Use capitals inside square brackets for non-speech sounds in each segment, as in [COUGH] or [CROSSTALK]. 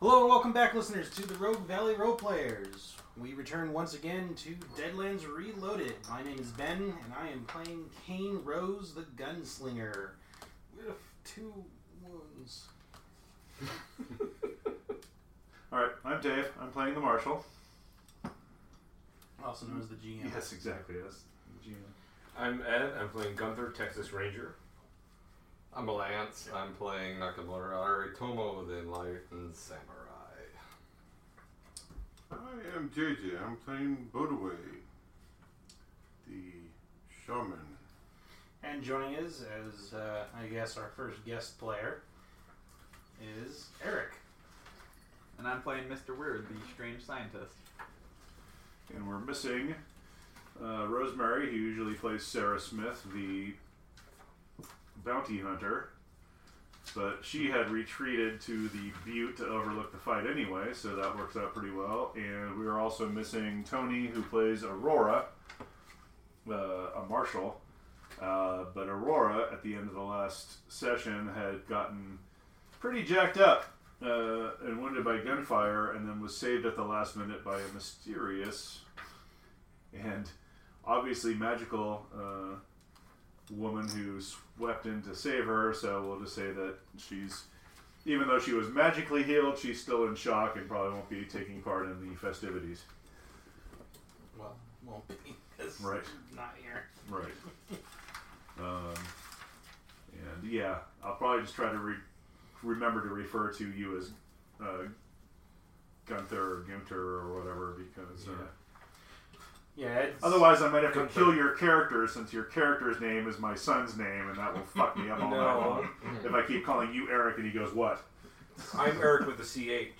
Hello and welcome back, listeners, to the Rogue Valley Role Players. We return once again to Deadlands Reloaded. My name is Ben, and I am playing Kane Rose, the Gunslinger, with two wounds. [LAUGHS] All right, I'm Dave. I'm playing the marshal. Also known as the GM. Yes, exactly. Yes. GM. I'm Ed. I'm playing Gunther, Texas Ranger. I'm a Lance. I'm playing Nakamura Aritomo, the Enlightened Samurai. I am JJ. I'm playing Bodaway, the shaman. And joining us as, uh, I guess, our first guest player is Eric. And I'm playing Mr. Weird, the strange scientist. And we're missing uh, Rosemary, who usually plays Sarah Smith, the bounty hunter. But she had retreated to the butte to overlook the fight anyway, so that works out pretty well. And we are also missing Tony, who plays Aurora, uh, a marshal. Uh, but Aurora, at the end of the last session, had gotten pretty jacked up uh, and wounded by gunfire, and then was saved at the last minute by a mysterious and obviously magical uh, woman who swept in to save her. So we'll just say that she's, even though she was magically healed, she's still in shock and probably won't be taking part in the festivities. Well, won't be, 'cause Right. he's not here. Right. um, and yeah, I'll probably just try to re- remember to refer to you as uh, Gunther or Gunter or whatever because uh, Yeah. Yeah, it's, otherwise I might have to Gunther. kill your character since your character's name is my son's name and that will fuck me up all night long. If I keep calling you Eric and he goes what? I'm Eric with the CH.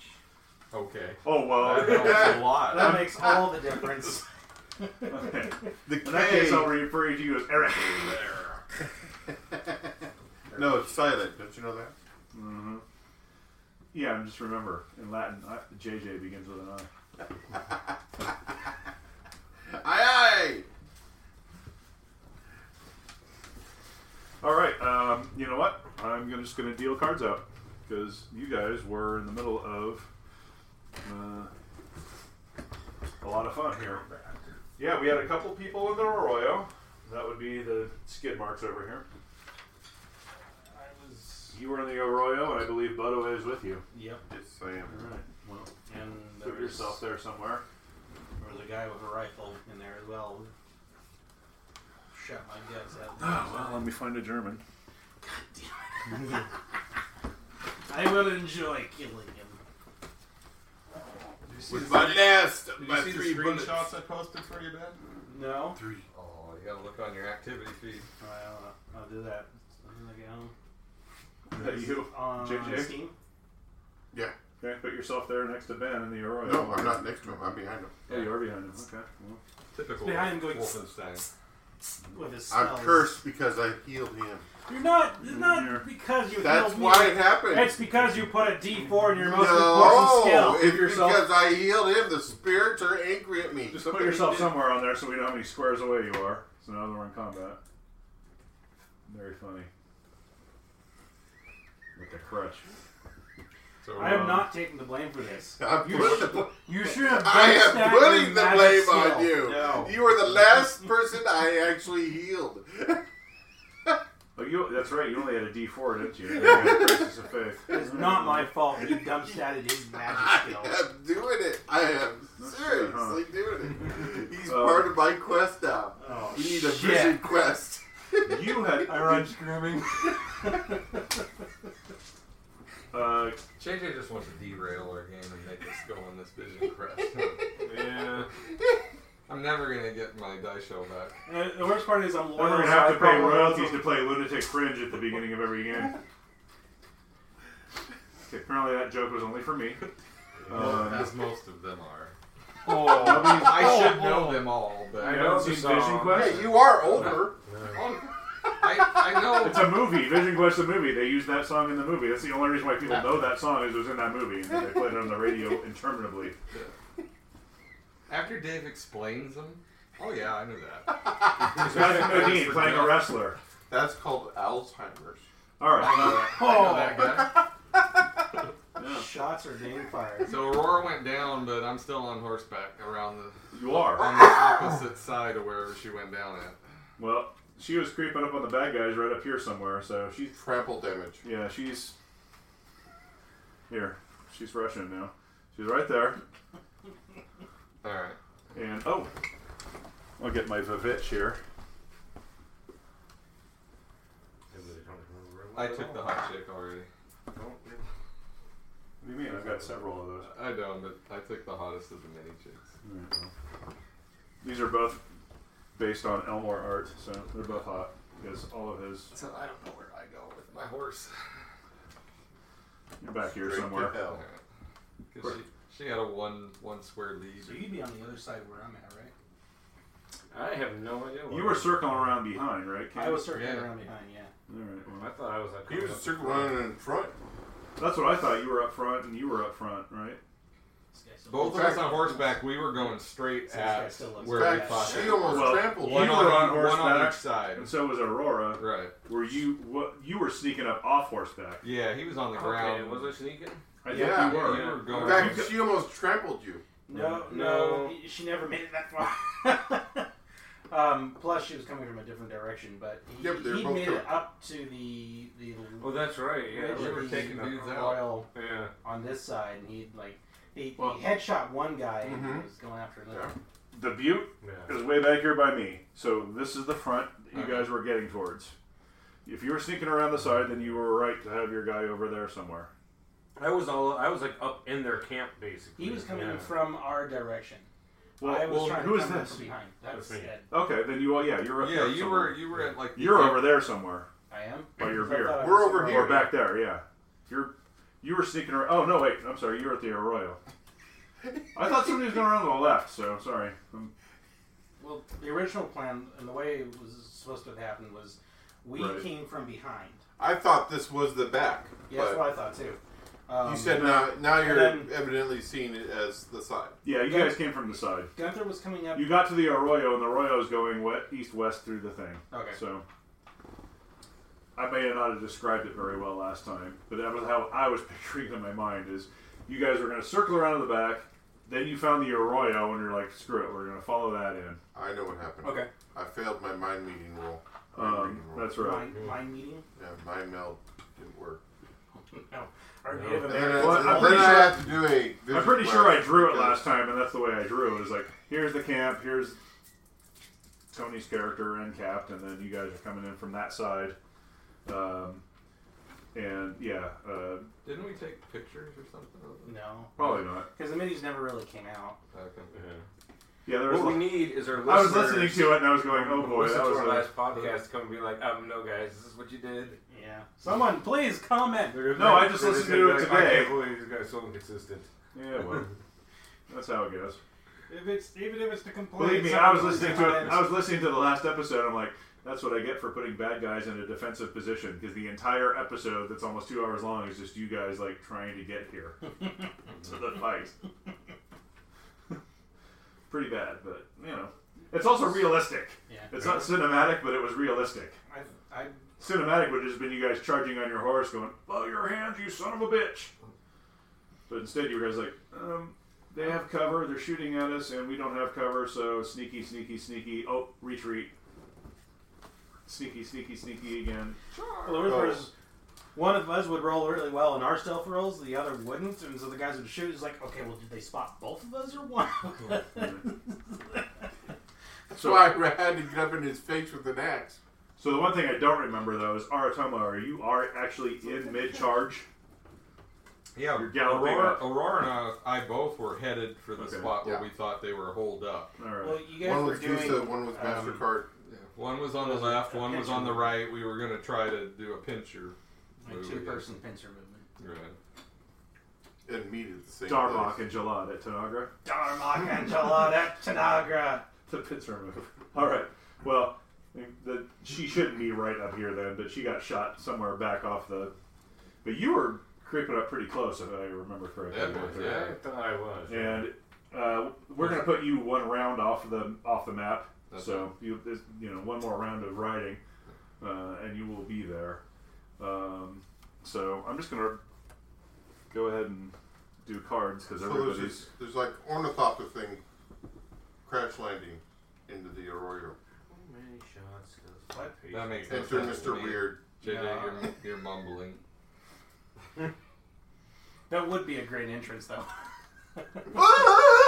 Okay. Oh [LAUGHS] That well. helps a lot. that makes all the difference. okay. The In that case, I'll K. refer to you as Eric. no, it's silent. Don't you know that? hmm Yeah, and just remember in Latin, I, JJ begins with an I. Aye, aye. All right. Um, you know what? I'm gonna, just going to deal cards out because you guys were in the middle of uh, a lot of fun here. Yeah, we had a couple people in the Arroyo. That would be the skid marks over here. [LAUGHS] I was. You were in the Arroyo, and I believe Budaway is with you. Yep. Yes, I am. right. Well, And put there's- yourself there somewhere. There was a guy with a rifle in there as well. Shut my guts out. Ah, me find a German. I will enjoy killing him. Did you see With the, my last, did you my see the three bullets. screenshots I posted for you, Ben? No? Three. Oh, you gotta look on your activity feed. I don't know. I'll do that. I'm gonna go That [LAUGHS] you? On JJ? Steam? Okay, put yourself there next to Ben in the Arroyo. No, I'm not next to him. I'm behind him. Oh, you are behind him. Okay. Well, Typical Behind going- Wolfenstein. With his I'm smells. cursed because I healed him. You're not. It's not Here. because you That's healed me. why it happened. It's because you put a D4 in your most important no, skill. it's yourself- because I healed him. The spirits are angry at me. Just Somebody put yourself did- somewhere on there so we know how many squares away you are. So now that we're in combat. Very funny. With the crutch. So, uh, I am Um, not taking the blame for this. I'm You putting should- the- You should have. I based am that putting in the magic blame skill. on you. No. You were the last person I actually healed. Oh, you, that's right. You only had a D4, didn't you? You had a crisis of faith. It's not my fault. You dump stat at his I magic [LAUGHS] skill. am doing it. I am That's seriously good, huh? doing [LAUGHS] it. He's Uh, part of my quest now. Oh, We need a shit. vision quest. You had. I run screaming. [LAUGHS] Uh, JJ just wants to derail our game and make us go on this vision quest. yeah. [LAUGHS] I'm never gonna get my dice show back. Uh, the worst part is I'm We're loyal. going to so have I to pay probably royalties to wasn't- play Lunatic Fringe at the beginning of every game. Okay, apparently that joke was only for me. Um, As most of them are. oh, I mean, Uh, I should know them all, but I I, know know seen the song. Vision Quest. Hey, you are older. I, I know. It's a movie, Vision Quest the movie. They used that song in the movie. That's the only reason why people know that song is it was in that movie, and then they played it on the radio interminably. After Dave explains them, oh yeah, I knew that. It's Matthew Modine playing a wrestler. That's called Alzheimer's. Oh. All right, I know that guy. uh, Yeah. Shots are being fired. So Aurora went down, but I'm still on horseback around the You are. on the opposite side of wherever she went down at. Well, she was creeping up on the bad guys right up here somewhere, so she's Trample damage. yeah, she's here. She's rushing now. She's right there. All right. And oh, I'll get my Vivitch here. I took the hot chick already. What do you mean? I've got several of those. I don't, but I took the hottest of the mini chicks. These are both based on Elmore art, so they're both hot because all of his. So I don't know where I go with my horse. You're back here Straight to somewhere. hell. All right. 'Cause she, she had a one one square lead. [LAUGHS] So you'd be on the other side where I'm at, right? I have no idea. You were circling around behind, right? Ken? I was circling Yeah. around behind, yeah. All right. Well, I thought I was like. He was circling in front. that's what I thought. You were up front, and you were up front, right? This guy still Both looks of us on horseback, we were going straight So this guy at still looks where In we bad. fought. fact, she almost Well, trampled. you One were on, on one on horseback. each side. And so was Aurora. Right. Were you what? You were sneaking up off horseback. Yeah, he was on the ground. Okay, was I sneaking? I Yeah. think you were. You were In going. fact, she almost trampled you. No, no, she never made it that far. [LAUGHS] um, plus, she was coming from a different direction, but he, Yeah, but they're he both made coming. it up to the the Oh, that's right. Yeah. ridge we of were the taking dudes out. royal Yeah. on this side, and he like he, Well- he headshot one guy and Mhm. was going after another. The butte Yeah. is way back here by me. So this is the front that you Okay. guys were getting towards. If you were sneaking around the side, then you were right to have your guy over there somewhere. I was all. I was like up in their camp basically. He was coming yeah. from our direction. Well, I was well, trying who to is come in this? from behind. That That's was me. Ed. Okay, then you all yeah, you're up yeah, there you somewhere. were you were at like the you're end. over there somewhere I am. by your Because I thought I beer We're was over somewhere. here. or back there. Yeah, you're you were sneaking around. Oh no, wait, I'm sorry. You were at the [LAUGHS] Arroyo. I thought somebody was going around to the left. So sorry. Um, Well, the original plan and the way it was supposed to have happened was we Right. came from behind. I thought this was the back. Yeah, that's but what I thought too. Um, you said now, now you're then- evidently seeing it as the side. yeah, you Yeah. guys came from the side. Gunther was coming up. You got to the arroyo, and the arroyo's going wet east west through the thing. Okay. So I may not have described it very well last time, but that was how I was [LAUGHS] picturing it in my mind: is you guys were going to circle around to the back, then you found the arroyo, and you're like, "Screw it, we're going to follow that in." I know what happened. Okay. I failed my mind meeting rule. Mind Um, reading rule. that's right. Mind, mind meeting. [LAUGHS] Yeah, mind meld didn't work. No. Our No. Native And then, I- Americans. Well, I'm then pretty I sure- have to do a. visual I'm pretty sure I class drew it because- last time, and that's the way I drew it. Is like, here's the camp, here's Tony's character and Capt, and then you guys are coming in from that side. Um, and yeah, uh, Didn't we take pictures or something? of it? No. probably not. Because the minis never really came out. Okay. Yeah. Yeah, there was. What we a- need is our. I was listeners- listening to it, and I was going, "Oh boy, listen that to was." our a- last podcast. Come and be like, um, no, guys, this is what you did. Yeah. Someone, please comment. They're No, I gonna- just they're listened to gonna be it like, I today. can't believe these guys are so inconsistent. [LAUGHS] Yeah, well, that's how it goes. If it's even if it's to complain. Believe me, someone I was please listening to it. comment. I was listening to the last episode. I'm like, that's what I get for putting bad guys in a defensive position because the entire episode, that's almost two hours long, is just you guys like trying to get here [LAUGHS] to the fight. [LAUGHS] Pretty bad, but you know, it's also realistic. Yeah. It's not cinematic, but it was realistic. I, I, Cinematic would have just been you guys charging on your horse, going, "Bow your hands, you son of a bitch!" But instead, you guys like, um, "They have cover. They're shooting at us, and we don't have cover. So sneaky, sneaky, sneaky. Oh, retreat. Sneaky, sneaky, sneaky again. well, the rumor is one of us would roll really well in our stealth rolls, the other wouldn't, and so the guys would shoot. It's like, okay, well, did they spot both of us or one? of us? That's So- why I had to get up in his face with an axe. So the one thing I don't remember though is Aratomo. Are you are actually in mid charge? Yeah, You're galloping Aurora, up. Aurora and I, I both were headed for the Okay. spot where Yeah. we thought they were holed up. All right. well, [LAUGHS] you guys One were was doing. Visa, one was um, MasterCard. One was on the Was it left, a one was on the pincher? right. We were gonna try to do a pincher. A move, I two guess. person pincer movement. Right. and meat at the same Darmok place. and Jalad at Tanagra. [LAUGHS] Darmok Angela, that Tanagra. The pincer move. [LAUGHS] All right. Well, the, she shouldn't be right up here then, but she got shot somewhere back off the. But you were creeping up pretty close, if I remember correctly. That was, Yeah, I thought I was. And uh, we're gonna put you one round off the off the map. That's so you there's, you know one more round of riding, uh, and you will be there. Um, so I'm just gonna Go ahead and do cards because So there's, everybody's this, there's like ornithopter thing crash landing into the Arroyo. many shots does my patient That makes Enter sense. Mr. Weird. JJ, Yeah. you're, you're mumbling. That would be a great entrance, [LAUGHS] though.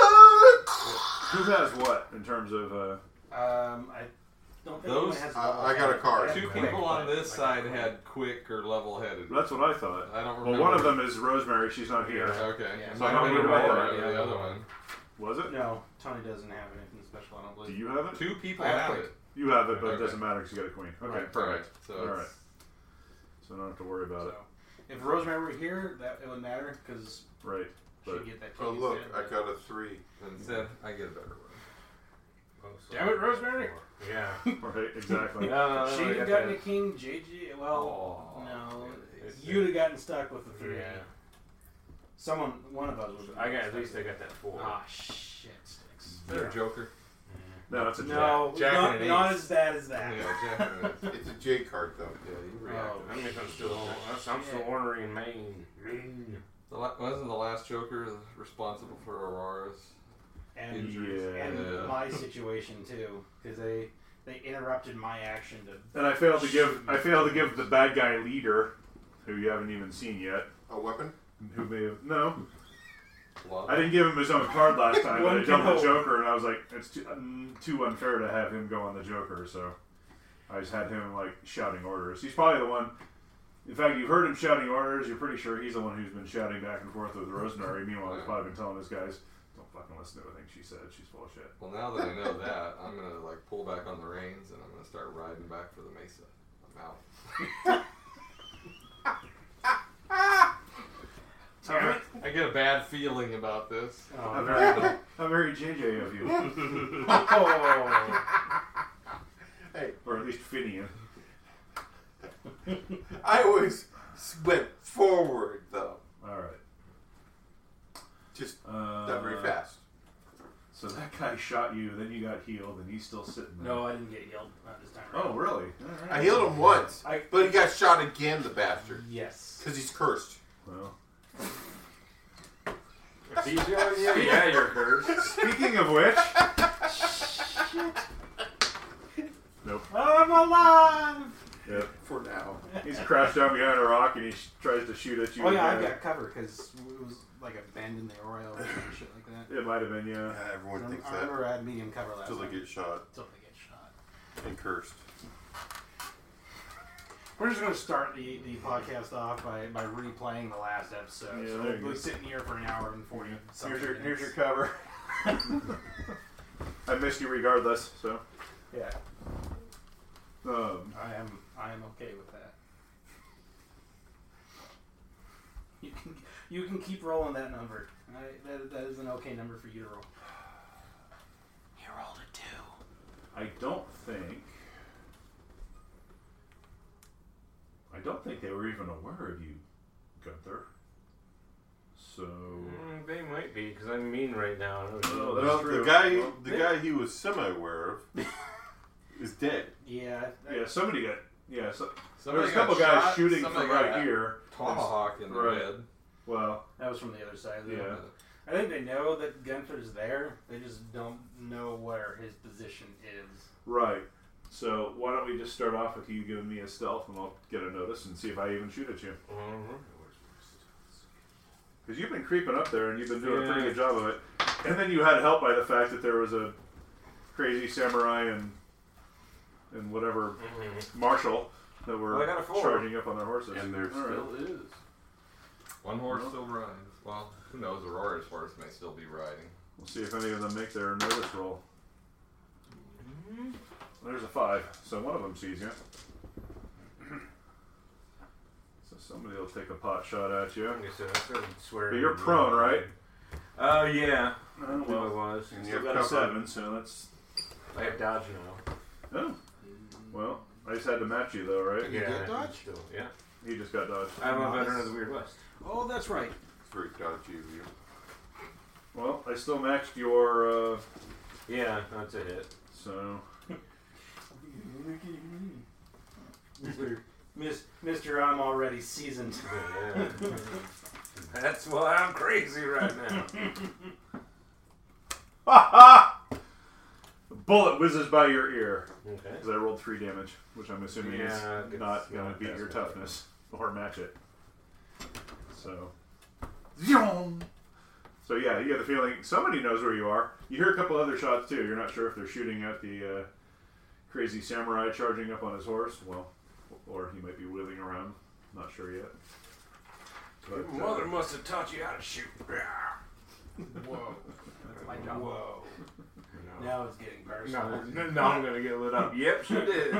who has what in terms of uh, Um, I don't think anyone Those- has. I- I got a card. Two Quick, people on but- this but- side had quick or level-headed. that's what I thought. I don't remember. Well, one of them is Rosemary. She's not here. Okay. Yeah. It So might have I'm been gonna Roy roll or it. the other one. Was it? No, Tony doesn't have anything special. I don't Do believe. you have it? Two people I have have it. it. You have it, but it Okay. doesn't matter because you got a queen. Okay, Right. Perfect. So All it's- so I don't have to worry about uh, So, if Rosemary were here, that it would matter because it. Right. But- she'd get that. Oh king look, instead, I but- got a three. instead, I get a better one. Damn it, Rosemary. Oh, Yeah. Right. Exactly. No, no, no, Uh, She'd I have got gotten a that. king. JJ. Well, Oh, no, it's- you'd have gotten stuck with the three. Yeah. Someone, one of us would. I got at least I got that four. Ah, shit, sticks. Is there a Joker? No, that's a No, Jack not, and an not ace. as bad as that. Yeah, Jack. yeah, It's a J card though. you Oh, reacted. I'm gonna come still. I'm still Yeah. ornery in Maine. Maine. The la- wasn't the last Joker responsible for Aurora's? [LAUGHS] and Yeah. and Yeah. my situation too, because they they interrupted my action to. And I failed to give. I failed to give the bad guy leader, who you haven't even seen yet, A weapon? who may have no. Love? I didn't give him his own card last time, but One I jumped the go. Joker, and I was like, it's too, um, too unfair to have him go on the Joker, so I just had him, like, shouting orders. He's probably the one. In fact, you've heard him shouting orders. You're pretty sure he's the one who's been shouting back and forth with Rosemary. Meanwhile, he's probably been telling his guys, don't fucking listen to anything she said. She's full of shit. Well, now that I know that, I'm gonna like pull back on the reins and I'm gonna start riding back for the mesa. I'm out. Damn it! I get a bad feeling about this. How Oh, very, how very JJ of you. oh. Or at least Finian. I always s- went forward though. Alright. Just Uh, not very fast. So that guy shot you, then you got healed, and he's still sitting there. no, I didn't get yelled at this time. Oh, around. really? Alright. I healed him once, I but he got shot again, the bastard. yes. Because he's cursed. Well. If [LAUGHS] he's yours, yeah, yeah, you're cursed. Speaking of which, I'm alive. [LAUGHS] yep, For now. he's crashed down behind a rock and he sh- tries to shoot at you. Oh yeah, I again. got cover because it was like a bend in the oil or some shit like that. It might have been yeah. Yeah, [LAUGHS] everyone thinks I that. remember I had medium cover last Until they time. get shot Until they get shot. and cursed. We're just gonna start the, the podcast off by, by replaying the last episode. Yeah, so there we'll you be go. sitting here for an hour and forty. Here's something your here's minutes. your cover. [LAUGHS] I missed you regardless, so Yeah, um, I am I am okay with that. [LAUGHS] You can you can keep rolling that number. I, that, that is an okay number for you to roll. [SIGHS] You rolled a two. I don't think I don't think they were even aware of you, Gunther. So Mm, they might be because I'm mean right now. Oh, Well, that's the true. guy, Well, the yeah. guy he was semi-aware of, is dead. Yeah. that- yeah, somebody got yeah. So, there Somebody was a couple got guys shot, shooting somebody from got right a here. Tomahawk in the Right. head. Well, That was from the other side. though. Yeah. I think they know that Gunther's there. They just don't know where his position is. Right. So why don't we just start off with you giving me a stealth, and I'll get a notice and see if I even shoot at you. Mm-hmm. Because you've been creeping up there, and you've been doing a pretty Yeah. good job of it. And then you had help by the fact that there was a crazy samurai and and whatever marshal that were Well, I got a four. charging up on their horses. And there All right. still is. One horse Well. still rides. Well, who knows? Aurora's horse may still be riding. We'll see if any of them make their notice roll. There's a five, so one of them sees you. [CLEARS THROAT] so somebody will take a pot shot at you. But you're prone, right? Oh yeah, Uh, Oh, I was. And Still you're got a covered. seven, so that's. I have dodge now. Oh, well, I just had to match you though, right? You yeah, get dodge? Still, yeah. He just got dodged. I'm a veteran of the Weird West. Oh, that's right. It's very dodgy of you. Well, I still matched your. Uh, Yeah, that's a hit. so Mister, Miss, Mister, I'm already seasoned. Yeah. [LAUGHS] That's why I'm crazy right [LAUGHS] now. Ha ha! A bullet whizzes by your ear okay. because I rolled three damage, which I'm assuming Yeah, is it's not going not to beat your past my toughness or match it. So, Zoom! so yeah, you get the feeling somebody knows where you are. You hear a couple other shots too. You're not sure if they're shooting at the uh, crazy samurai charging up on his horse. Well, or he might be wheeling around. Not sure yet. But, Your uh, mother must have taught you how to shoot. [LAUGHS] [LAUGHS] Whoa. That's my job. Whoa. No. Now it's getting No, personal. [LAUGHS] no, no, I'm gonna get lit up. Yep, she [LAUGHS] did.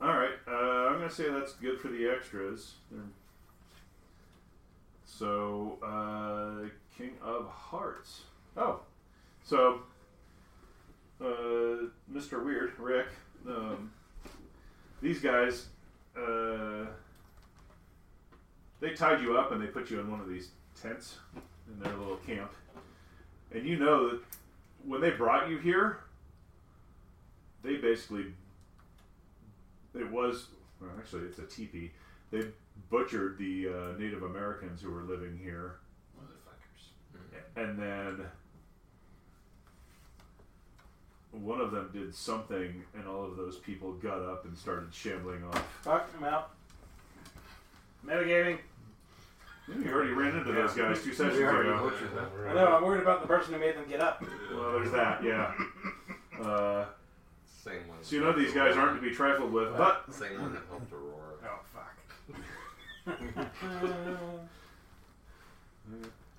All right, uh, I'm gonna say that's good for the extras. They're- So, uh, King of Hearts. Oh, so uh, Mr. Weird, Rick. Um, these guys, uh, they tied you up and they put you in one of these tents in their little camp. And you know that when they brought you here, they basically it was well, actually it's a teepee. They butchered the uh, Native Americans who were living here, Motherfuckers. and then one of them did something, and all of those people got up and started shambling off. Fuck, I'm out. Metagaming. You already ran into those guys two sessions We already ago. butchered that. I know, I'm worried about the person who made them get up. Well, there's that, yeah. Uh, Same one. so you know these guys aren't to be trifled with, but Same one that helped Aurora. Oh, fuck.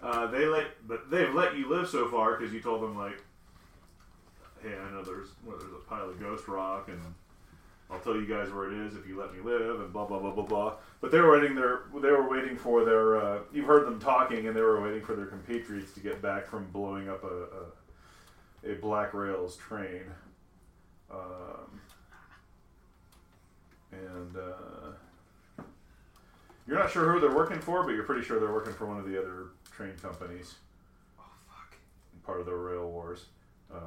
Uh, they let, but they've let you live so far because you told them like, "Hey, I know there's well, there's a pile of ghost rock, and I'll tell you guys where it is if you let me live," and blah blah blah blah blah. But they were waiting their, they were waiting for their. Uh, you've heard them talking, and they were waiting for their compatriots to get back from blowing up a a, a black rails train. Um, and uh, you're not sure who they're working for, but you're pretty sure they're working for one of the other train companies, Oh, fuck. part of the rail wars. Uh,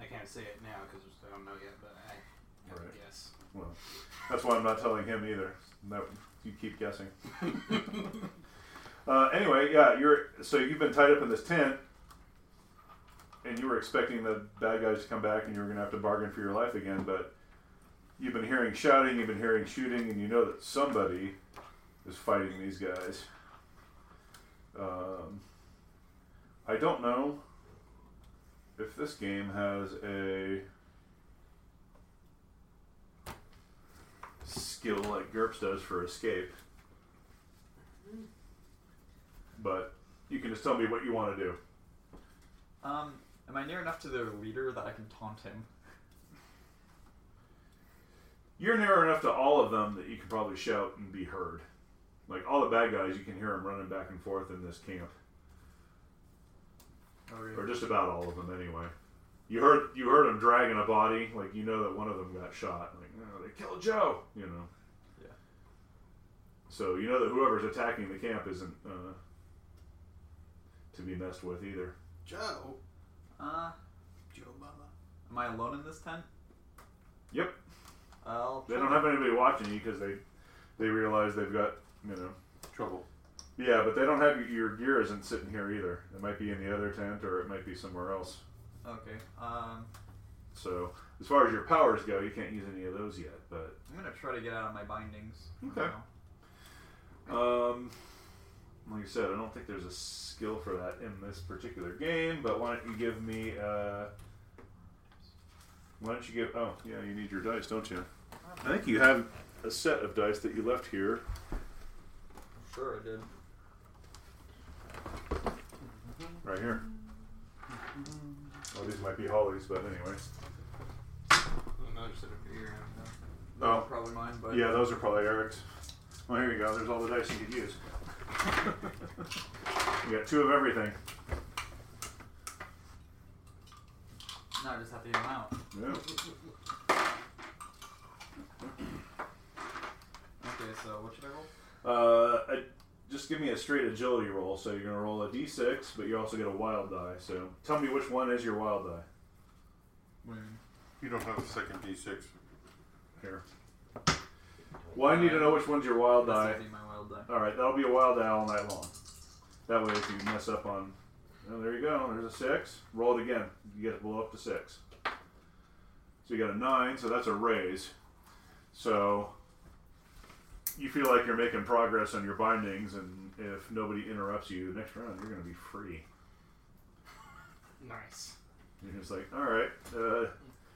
I can't say it now because I don't know yet, but I have Right. a guess. that's why I'm not telling him either. No, you keep guessing. [LAUGHS] Uh, anyway, yeah, you're so you've been tied up in this tent, and you were expecting the bad guys to come back, and you were gonna have to bargain for your life again. But you've been hearing shouting, you've been hearing shooting, and you know that somebody is fighting these guys. Um, I don't know if this game has a skill like GURPS does for escape. But you can just tell me what you want to do. Um, am I near enough to the leader that I can taunt him? You're near enough to all of them that you can probably shout and be heard. Like all the bad guys, you can hear them running back and forth in this camp, Oh, or just about all of them anyway. You heard you heard them dragging a body, like you know that one of them got shot. Like oh, they killed Joe, you know. Yeah. So you know that whoever's attacking the camp isn't uh, to be messed with either. Joe. Uh, Joe Baba. am I alone in this tent? Yep. I'll They don't have anybody watching you because they they realize they've got you know Trouble. Yeah, but they don't have your gear isn't sitting here either. It might be in the other tent or it might be somewhere else. Okay. Um, So as far as your powers go, you can't use any of those yet. But I'm gonna try to get out of my bindings. Okay. Now. um, like I said, I don't think there's a skill for that in this particular game. But why don't you give me? Uh, why don't you give? Oh, yeah, you need your dice, don't you? I think you have a set of dice that you left here. Sure, I did. Right here. Oh, these might be Holly's, but anyway. Another set of beer. Those Oh. are probably mine, but Yeah, those are probably Eric's. Well, here you go. There's all the dice you could use. you got two of everything. now I just have to get them out. Yeah. Okay, so what should I roll? Uh, I, just give me a straight agility roll. So you're gonna roll a d6, but you also get a wild die. So tell me which one is your wild die. What do you mean? You don't have a second D6. Here. Well, I need to know which one's your wild That's die. gonna be my wild die. All right, that'll be a wild die all night long. That way, if you mess up on, oh, there you go. There's a six. Roll it again. You get to blow up to six. So you got a nine. So that's a raise. So you feel like you're making progress on your bindings, and if nobody interrupts you next round, you're going to be free. Nice. You're just like, all right. Uh,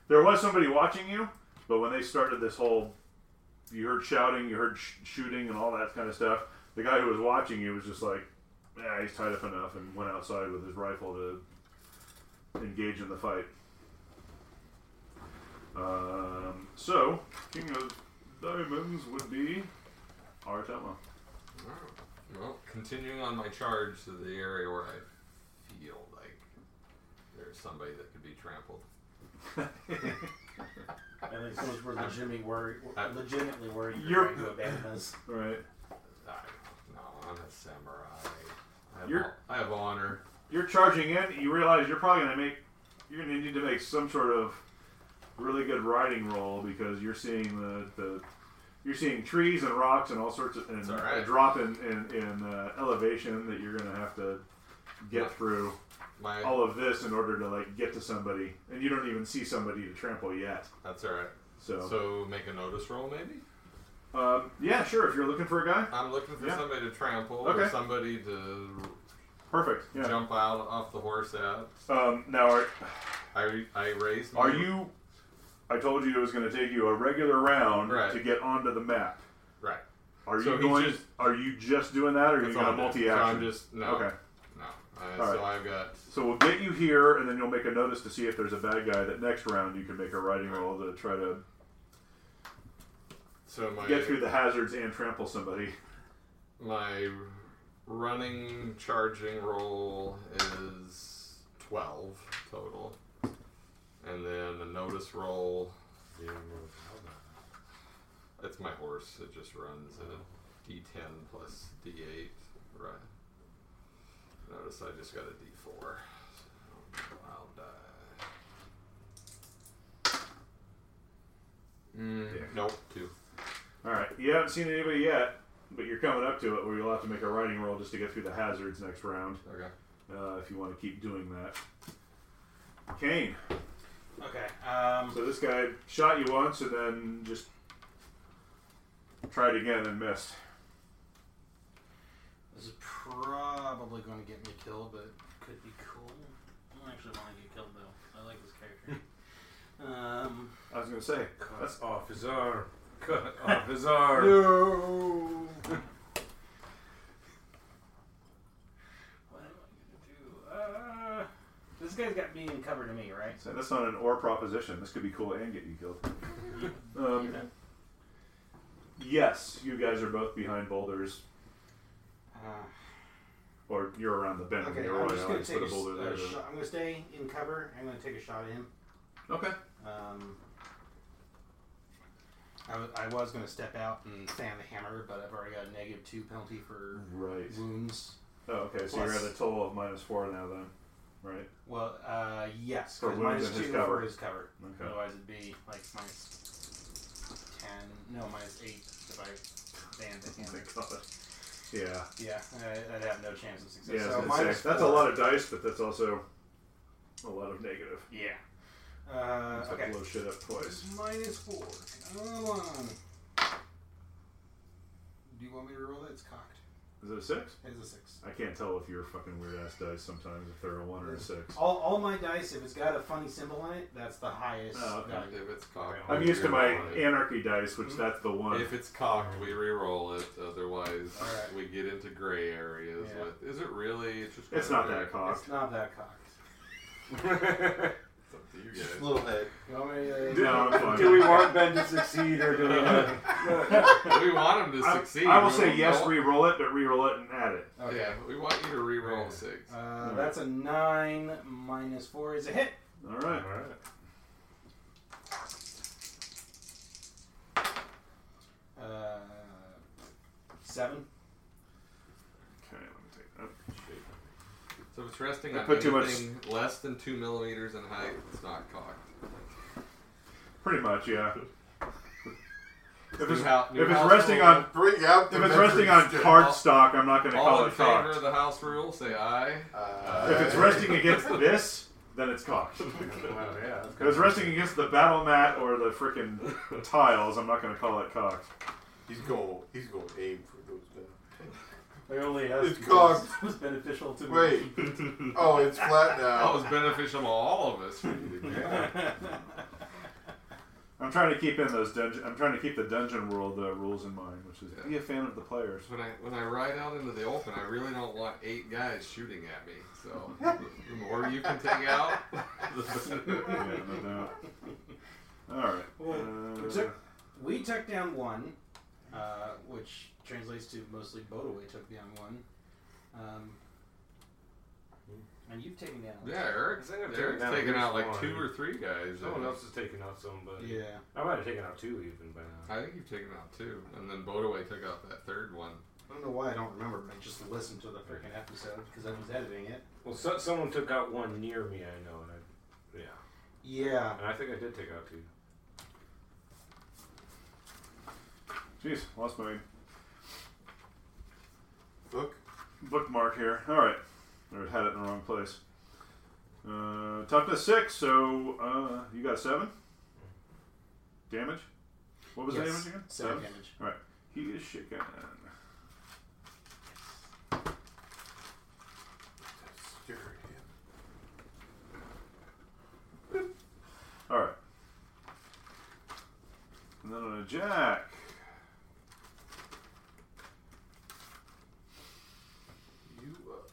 there was somebody watching you, but when they started this whole, you heard shouting, you heard sh- shooting, and all that kind of stuff. The guy who was watching you was just like, yeah, he's tied up enough, and went outside with his rifle to engage in the fight. Um, so, King of Diamonds would be [LAUGHS] Artema. Well, continuing on my charge to the area where I feel like there's somebody that could be trampled. I think those were legitimately worried. I- Legitimately worried. You're- going to abandon us. All right. I, no, I'm a samurai. I have, You're- I have honor. you're charging in, you realize you're probably gonna make you're gonna need to make some sort of really good riding roll because you're seeing the, the you're seeing trees and rocks and all sorts of and It's all right. a drop in, in, in uh, elevation that you're gonna have to get Yeah. through My all of this in order to like get to somebody and you don't even see somebody to trample yet that's all right. so, So make a notice roll, maybe. um, yeah sure if you're looking for a guy I'm looking for Yeah. somebody to trample or Okay. somebody to perfect yeah jump out off the horse at. um, now are, I I raised. my- are you I told you it was going to take you a regular round Right. to get onto the map right? Are So you he's going? just- are you just doing that, or are you That's going all to I'm doing. multi action? So I'm just no, Okay, no. Uh, All so I've got so we'll get you here, and then you'll make a notice to see if there's a bad guy. That next round you can make a riding roll to try to so my get through the hazards and trample somebody. [LAUGHS] my running charging roll is twelve total, and then a notice roll. It's my horse. It just runs at a D10 plus D8. Right. Notice I just got a D4. So I'll die. Mm, Yeah. Nope, two. All right, you haven't seen anybody yet, but you're coming up to it where you'll have to make a riding roll just to get through the hazards next round Okay. uh, if you want to keep doing that. Kane. Okay. Um, So this guy shot you once, and then just tried again and missed. this is probably going to get me killed, but could be cool. I don't actually want to get killed though. I like this character. [LAUGHS] um. I was gonna say that's Cut off his arm. Cut off his arm. No. what am I gonna do? Uh, this guy's got being covered to me, right? So that's not an or proposition. This could be cool and get you killed. Um, yes, you guys are both behind boulders, Uh, or you're around the bend. okay, You're I'm right just on. gonna Just take a, put a boulder there. a shot. I'm gonna stay in cover. I'm gonna take a shot at him. Okay. Um, I, w- I was going to step out and stand the hammer, but I've already got a negative two penalty for Right. wounds. Oh, okay. So you're Plus- at a total of minus four now, then. Right. Well, uh, yes, For 'cause wounds minus and his two cover. for his cover. Okay. Oh Otherwise, it'd be like minus ten. No, minus eight if I stand the Oh my hammer. God. Yeah. Yeah, I, I'd have no chance of success. Yeah. I was so gonna minus say, that's a four. lot of dice, but that's also a lot of negative. Yeah. Uh, It's like okay. blow shit up twice. Minus four. Another one. Do you want me to roll that? It's cocked. Is it a six? It is a six. I can't tell if you're fucking weird ass dice sometimes if they're a one or a six. All, all my dice, if it's got a funny symbol on it, that's the highest Oh, okay. value. If it's cocked, I'm we used to my re-roll it. anarchy dice, which that's the one. If it's cocked, we re-roll it. Otherwise, Alright. we get into gray areas. Yeah. With is it really? It's just. It's gray. not that cocked. It's not that cocked. [LAUGHS] it's up to you guys. Just a little head. You want me to- No, I'm fine. Do [LAUGHS] we want Ben to succeed or do we? [LAUGHS] we want him to I- succeed. I will We say don't- yes, no- re-roll it, but re-roll it and add it. Okay. Yeah, we want you to re-roll six. Uh, that's a nine minus four is a hit. All right. Uh, seven. Okay, let me take that. So if it's resting I on put too much- anything less than two millimeters in height, it's not cocked. Pretty much, yeah. If it's, New hou- new if it's house resting rule. on Bring out the if it's resting on metrics. card stock, I'm not going to All call in it favor of cocked. the house rule, say aye. Uh, If it's resting against this, then it's cocked. Well, yeah. that's If it's resting against the battle mat or the freaking tiles, I'm not going to call it cocked. He's going. He's going to aim for those now. I only asked [LAUGHS] It's because cocked. It was beneficial to Wait. me. Oh, it's flat That now. [LAUGHS] was beneficial to all of [LAUGHS] us. for you to [LAUGHS] do that. I'm trying to keep in those dungeon. I'm trying to keep the dungeon world uh, rules in mind, which is Yeah. be a fan of the [LAUGHS] players. When I when I ride out into the open, I really don't want eight guys shooting at me. So the more you can take [LAUGHS] out, the better. yeah, no doubt. All right. Well, Uh, we took- We took down one, uh, which translates to mostly Bodaway took down one. Um, and you've taken down. Yeah, Eric's, I think I've taken Eric's down at taking least out like one. two or three guys. Someone else has taken out somebody. Yeah. I might have taken out two even uh, by now. I think you've taken out two, and then Bodaway took out that third one. I don't know why I don't remember, but I just listened to the freaking episode because I was editing it. Well, so, someone took out one near me. I know, and I, yeah, Yeah. and I think I did take out two. Jeez, lost my Look. bookmark here. All right, I had it in the wrong place. Uh, toughness six. So uh, you got a seven. Damage. What was the Yes. damage again? Seven damage. He is shaken. Here uh, All right. And then on a jack. You up.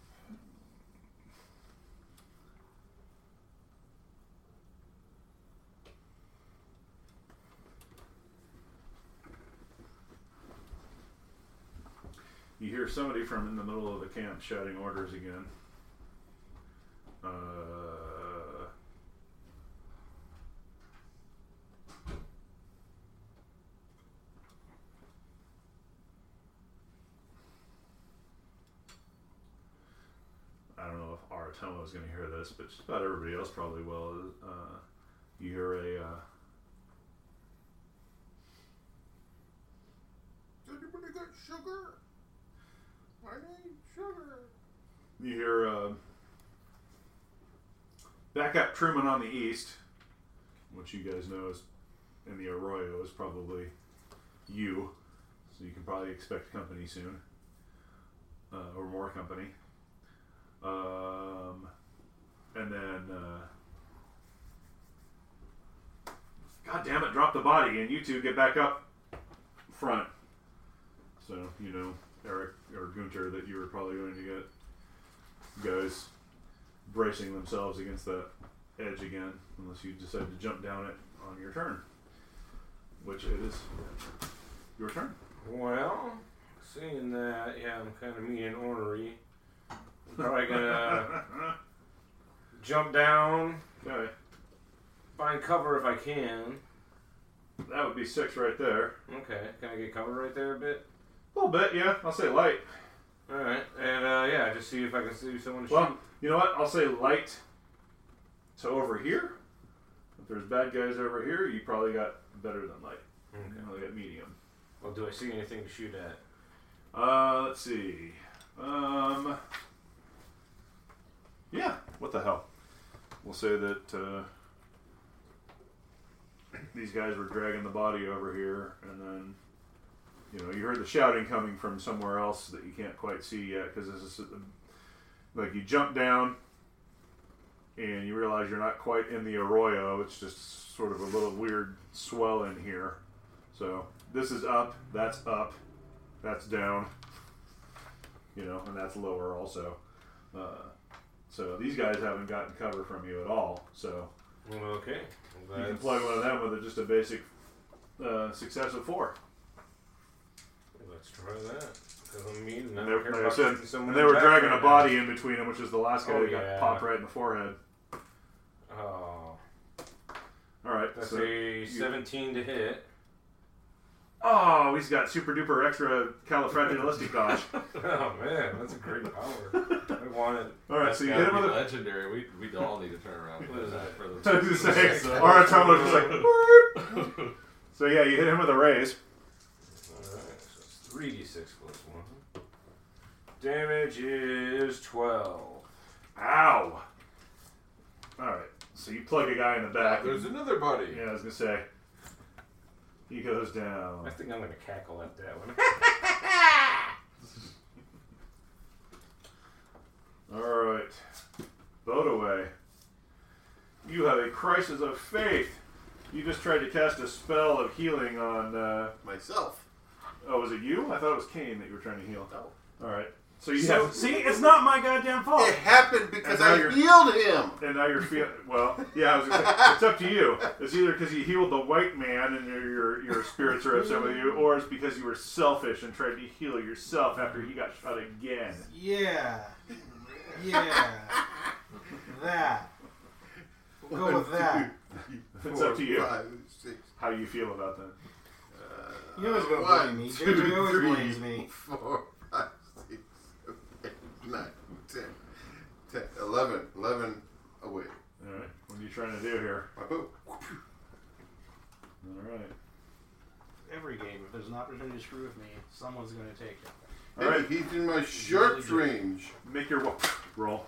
You hear somebody from in the middle of the camp shouting orders again. Uh, I don't know if Aratomo is going to hear this, but just about everybody else probably will. Uh, you hear a. Uh, Does anybody got sugar? I need sugar. You hear uh, back up Truman on the east, which you guys know is in the Arroyo is probably you, so you can probably expect company soon, uh, or more company. Um, and then, uh, God damn it, drop the body, and you two get back up front. So you know Eric or Gunter that you were probably going to get guys bracing themselves against that edge again, unless you decide to jump down it on your turn, which it is your [LAUGHS] turn. Well, seeing that, yeah, I'm kind of mean and ornery. I'm probably [LAUGHS] gonna jump down, okay, find cover if I can. that would be six right there. Okay, can I get cover right there a bit? A little bit, yeah. I'll say light. All right, and uh, yeah, just see if I can see someone to Well, you know what? I'll say light to over here. If there's bad guys over here, you probably got better than light. shoot. Okay. You probably got medium. Well, do I see anything to shoot at? Uh, let's see. Um, yeah, what the hell? We'll say that uh, these guys were dragging the body over here, and then you know you heard the shouting coming from somewhere else that you can't quite see yet because this is at the- like you jump down and you realize you're not quite in the arroyo. It's just sort of a little weird swell in here. So this is up, that's up, that's down, you know, and that's lower also. Uh, so these guys haven't gotten cover from you at all. So Well, okay. Well, you can that's- play one of them with a, just a basic uh, success of four. Let's try that. Because I'm mean and I And they, don't care like I about said, shooting someone and in they the were back dragging right a now. body in between them, which is the last guy Oh, that yeah. got popped right in the forehead. Oh, All right. that's so- a 17 to hit. [LAUGHS] oh, he's got super duper extra califragilistic [LAUGHS] dodge. Oh man, that's a great power. [LAUGHS] I want it. All right, That's so you gotta hit him be with a legendary. We we all need to turn around for What is that that? [LAUGHS] for the [LAUGHS] [LAUGHS] I was gonna say, Aratomo was just like, "Boop." so yeah, you hit him with a raise, 3d6 plus 1. Damage is 12. Ow! Alright, so you plug a guy in the back. There's another buddy. Yeah, I was gonna say. He goes down. I think I'm going to cackle at that [LAUGHS] one. Alright. Bodaway. You have a crisis of faith. You just tried to cast a spell of healing on. Uh, Myself. oh, was it you? I thought it was Kane that you were trying to heal. No. Alright. So you So- have. See, it's not my goddamn [LAUGHS] fault! It happened because Oh. And now I you're- healed him. And now you're feeling well. Yeah, I was gonna say, it's up to you. It's either because you healed the white man and your your, your spirits are upset with you, or it's because you were selfish and tried to heal yourself after he got shot again. Yeah. [LAUGHS] Yeah. that. We'll go with that. [LAUGHS] It's up to you Five, six, uh, how you feel about that. You always go One, blame me. two, JJ always three, blames me. Four, five, six, seven, eight, nine, ten, ten, eleven, eleven oh, away. All right, what are you trying to do here? My boat. All right, Every game, if there's an opportunity to screw with me, someone's going to take it. all right. Hey, he's in my short range. Make your wo- [LAUGHS] roll.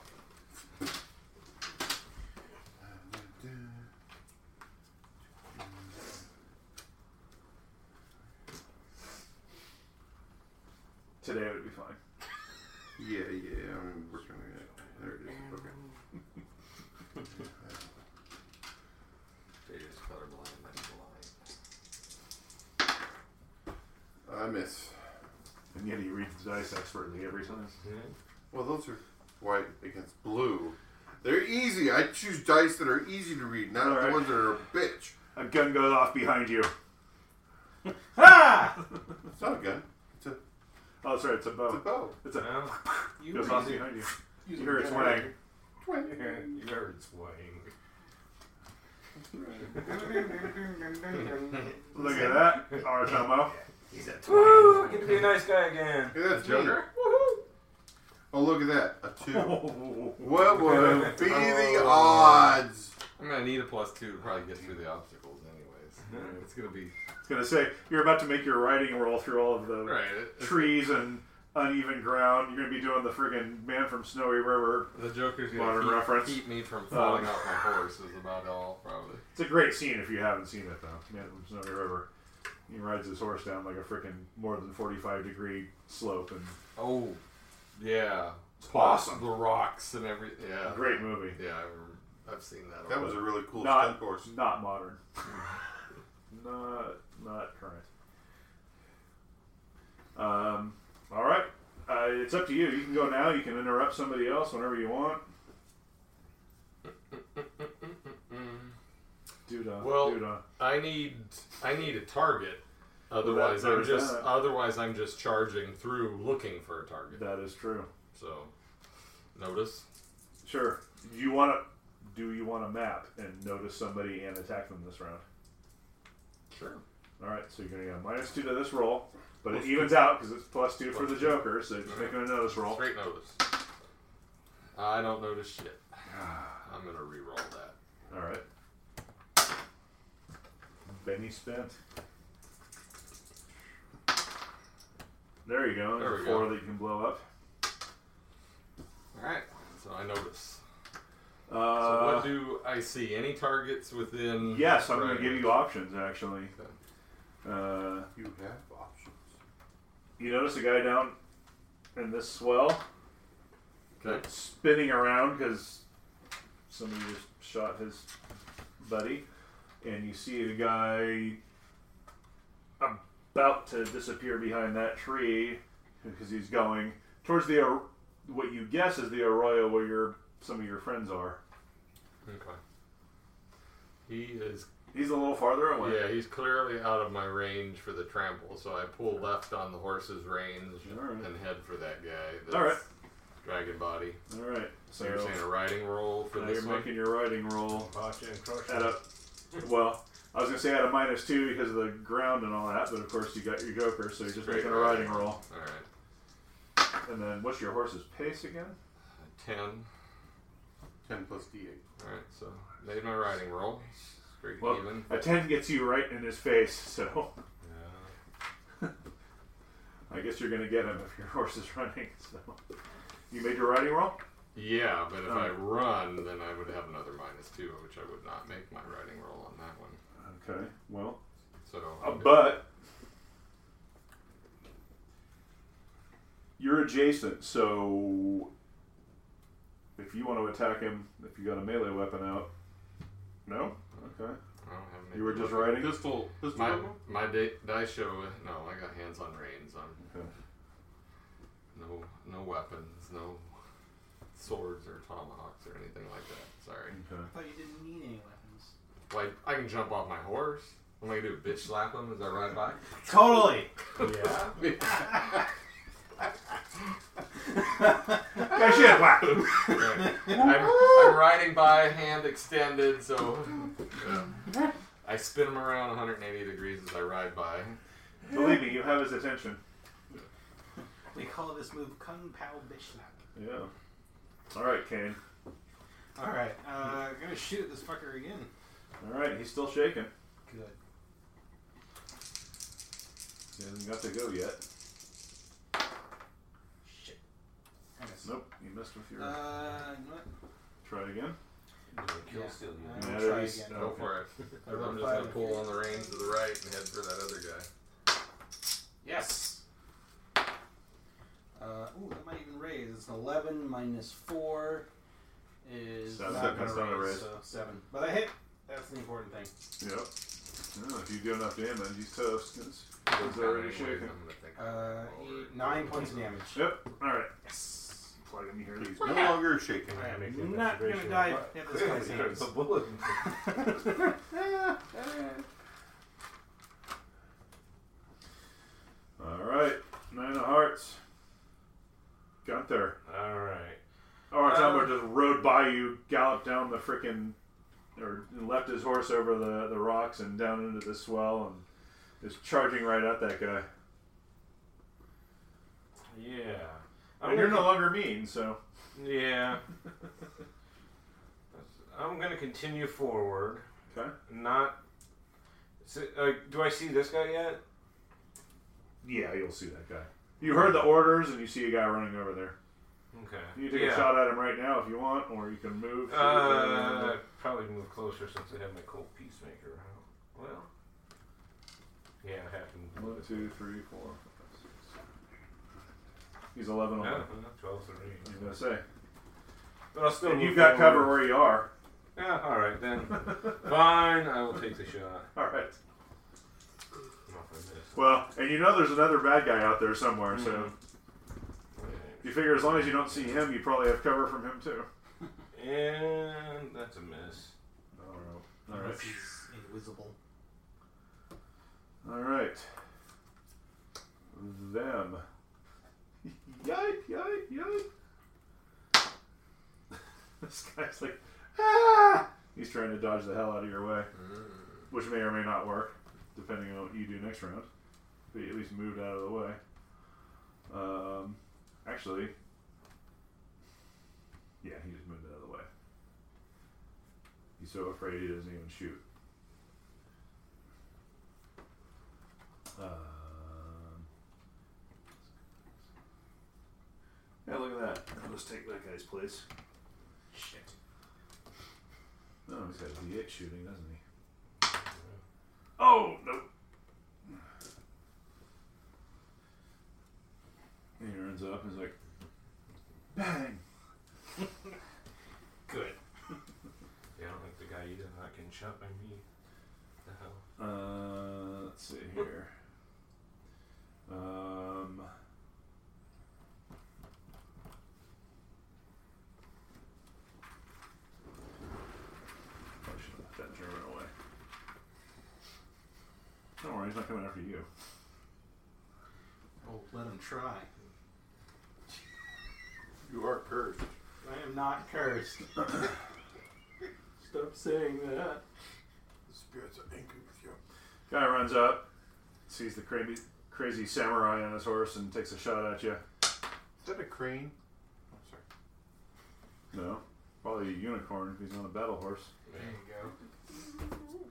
Today would be fine. Yeah, yeah, I'm working on it. There it is. Okay. They just colorblind. I'm blind. I miss. And yet he reads the dice expertly every time. Well, those are white against blue. They're easy. I choose dice that are easy to read, not All right. the ones that are a bitch. A gun goes off behind you. Ha! It's not a gun. It's a, it's Oh, sorry, it's a a bow. bow. It's [LAUGHS] a No? You goes off read it. behind [LAUGHS] you. You You hear it read twang. you heard swaying. Look at that, [LAUGHS] Artomo. [LAUGHS] He's a twang. Woo! I get to be a nice guy again. Yeah, that's me. Joker? Oh, look at that. A [LAUGHS] two. Oh, What would be the Oh. odds? I'm gonna need a plus two to probably get through the obstacles, anyways. It's gonna be it's gonna say you're about to make your riding roll through all of the right. it- it's- trees and uneven ground. You're gonna be doing the friggin' man from Snowy River. The Joker's Modern gonna keep, reference. keep me from falling off my horse. Is about all probably. It's a great scene if you haven't seen it though. Man from Snowy River. He rides his horse down like a freaking more than 45 degree slope and Oh, yeah. it's awesome. The rocks and everything. Yeah. Great movie. Yeah, I rem- I've seen that. That already. was a really cool Not- stunt horse. Not modern. [LAUGHS] not not current. Um, all right. Uh, it's up to you. You can go now. You can interrupt somebody else whenever you want. Doodah. Well- doodah. I need I need a target. Otherwise, I'm there's just that. otherwise I'm just charging through looking for a target. That is true. So, notice. Sure. You want to? Do you want to map and notice somebody and attack them this round? Sure. All right. So you're going to get a minus two to this roll, but it evens out because it's plus two for Plus the two. Joker. So just making a notice roll. Straight notice. I don't notice shit. I'm gonna re-roll that. All right. Benny spent. There you go. There There's we four go. that you can blow up. All right. So I notice. So Uh, what do I see? Any targets within? yes, I'm going Right. to give you options, actually. Okay. Uh, You have options. you notice a guy down in this swell Okay. spinning around because somebody just shot his buddy. And you see the guy about to disappear behind that tree because he's going towards the ar- what you guess is the arroyo where your some of your friends are. Okay. He is. He's a little farther away. Yeah, he's clearly out of my range for the trample. So I pull left on the horse's reins All right. and head for that guy. That's All right. Dragon body. All right. So So you're saying a riding roll for now this you're one? making your riding roll Bosh and crush at a well. I was gonna say at a minus two because of the ground and all that, but of course you got your joker, so you're just Straight making a riding roll. All right. And then what's your horse's pace again? Ten. All Ten plus D eight. right. So made my riding roll. Straight Well, even. a ten gets you right in his face. So Yeah. [LAUGHS] I guess you're going to get him if your [LAUGHS] horse is running. So you made your riding roll. Yeah, but if I Alright. run, then I would have another minus two, which I would not make my riding roll on that one. Okay. Well, So uh, but you're adjacent, so if you want to attack him, if you got a melee weapon out, no. Okay. I don't have any You were just weapon. riding? Pistol. Pistol. My ammo? my da- die show. uh, No, I got hands on reins. I'm Okay. no no weapons, no swords or tomahawks or anything like that. Sorry. Okay. I thought you didn't need any weapons. Like I can jump off my horse. What am I gonna do? Bitch slap him as I ride by? [LAUGHS] Totally. Yeah. That shit. Whack. Right. I'm, I'm riding by, hand extended, so yeah. I spin him around 180 degrees as I ride by. Believe me, you have his attention. They call this move Kung Pao Bishnap. Yeah. All right, Kane. All right, uh, I'm gonna shoot this fucker again. All right, he's still shaking. Good. He hasn't got to go yet. Shit. I missed. Nope, you missed with your. Uh, you know what? Try it again. Yeah. Yeah, I'm gonna there try is- again. Go Okay. for it. I'm just gonna pull on the reins to the right and head for that other guy. Yes. Uh, ooh, that might even raise. It's an 11 minus 4 is Seven. Not gonna That's not a raise. So 7. But I hit. That's the important thing. Yep. Yeah, if you do enough damage, he's toast. 'cause Doesn't He's matter already anyways, shaking. I'm gonna think Uh, I'm gonna roll eight, over. 9 points of damage. [LAUGHS] Yep. All right. Yes. Plug him here. He's no longer shaking. I am making I'm not going gonna die at this [LAUGHS] guy's hands. a bullet. All right. Nine of hearts. Gunther. All right. Oh, our Um, Tumblr just rode by you, galloped down the frickin' or left his horse over the, the rocks and down into the swell and is charging right at that guy. Yeah. And you're no longer mean, so Yeah. [LAUGHS] I'm gonna continue forward. okay. Not. So, uh, do I see this guy yet? Yeah, you'll see that guy. You heard the orders and you see a guy running over there. Okay. You can take yeah. a shot at him right now if you want, or you can move. to Uh, the- probably move closer since I have my cold peacemaker out. Well. Yeah, I have to move. one, two, three, four. five, six. He's eleven on. No, him. no, 12 to I was 3. gonna say, But I'll still and move you've got cover forward. where you [LAUGHS] are. Yeah, alright then. [LAUGHS] Fine, I will take the shot. All right. I'm not gonna miss. Well, and you know there's another bad guy out there somewhere, so Okay. you figure as long as you don't see him, you probably have cover from him too. And that's a miss. All right. This is invisible. All right. Them. Yipe, yipe, yipe. [LAUGHS] this guy's like, ah! He's trying to dodge the hell out of your way, Mm. which may or may not work, depending on what you do next round. But you at least moved out of the way. Um, actually, yeah, he just moved out of the way. He's so afraid he doesn't even shoot. Um, yeah, look at that. I'll just take that guy's place. Shit. No, he's got a D8 shooting, doesn't he? Oh, nope. And he runs up and is like, bang! Good. Yeah, I don't think the guy either not getting shot by me. The hell? Uh, let's see here. Um, probably should have left that German away. Don't worry, he's not coming after you. Oh, let him try. You are cursed. I am not [LAUGHS] cursed. Stop saying that. The spirits are angry with you. Guy runs up, sees the crazy, crazy samurai on his horse, and takes a shot at you. Is that a crane? Oh, I'm sorry. No, probably a unicorn if he's on a battle horse. There you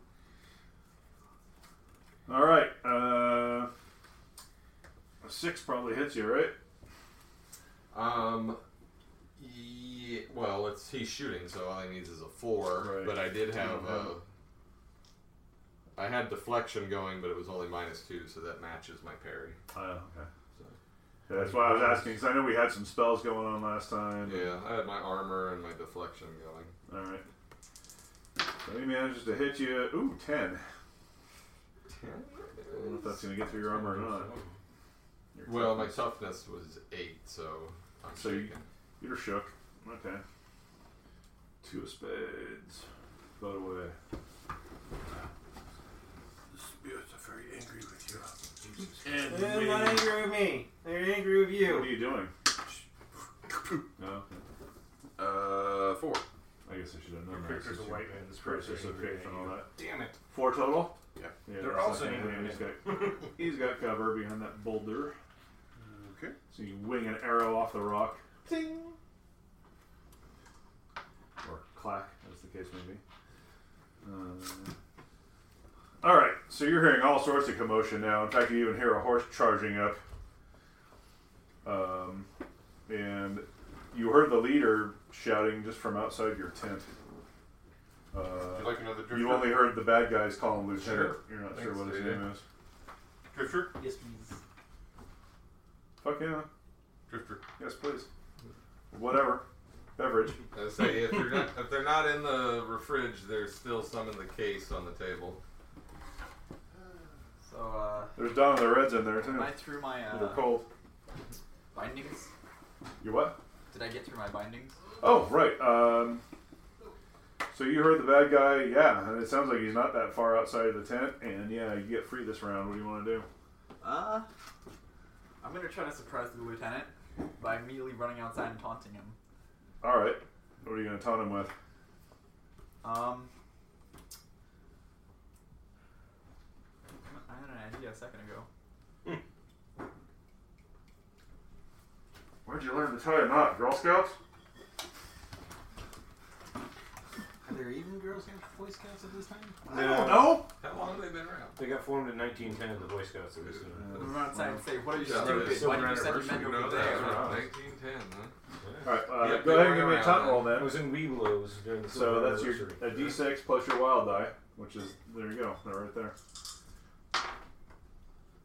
All right. Uh, six probably hits you, right? Um, ye- well, it's he's shooting, so all he needs is a four. Right. But I did have Mhm. uh, I had deflection going, but it was only minus two, so that matches my parry. Oh, okay. Yeah, that's why I was asking because I know we had some spells going on last time. Yeah, I had my armor and my deflection going. All right. So he manages to hit you. Ooh, ten. I don't know if that's gonna get through your armor or not. Oh, Your Well, my toughness. toughness was eight, so I'm So you- shaken. You're shook. Okay. Two of spades. By the way. The spirits are very angry with you. And They're not angry with me. They're angry with What are you. you doing? No. okay. Uh, four. I guess I should have Your known that. picture's since a you- white man. This Process of person faith and all that. Damn it. Four total. Yeah. Yeah. They're that's also not gonna angry hit at him. He's got [LAUGHS] he's got cover behind that boulder. Okay. So you wing an arrow off the rock. Ting. Or clack, as the case may be. Uh, all right, so you're hearing all sorts of commotion now. In fact, you even hear a horse charging up. Um, and you heard the leader shouting just from outside your tent. Would Uh, you like another drifter? you only heard the bad guys call him lieutenant. Sure. You're not sure Thanks, what his dude. name is. drifter? Yes, please. Fuck yeah. Drifter. Yes, please. Whatever. Beverage. I say if they're not if they're not in the refrige, there's still some in the case on the table. So uh, There's Dawn of the Reds in there too. when I threw my They're uh, cold. bindings, You what? did I get through my bindings? Oh, right. Um, so you heard the bad guy, yeah, and it sounds like he's not that far outside of the tent, and yeah, you get free this round. What do you want to do? Uh, I'm gonna try to surprise the lieutenant by immediately running outside and taunting him. All right. What are you going to taunt him with? Um, I had an idea a second ago. Where'd you learn to tie a knot? Girl Scouts? Are there even Girl Scouts, Boy Scouts at this time? I don't know. How long have they been around? They got formed in 1910, the Boy Scouts. uh, Of this I'm gonna run outside and say, "What are you Yeah, stupid? it's Why over did you send your anniversary, men you know over that, there?" right? Wow. 1910, huh? All right. Uh, Yeah, go ahead and they give me a were taunt around roll I then. was in Weeblos during the So Silver that's your Anniversary. a d6 plus your wild die, which is there you go. They're right there.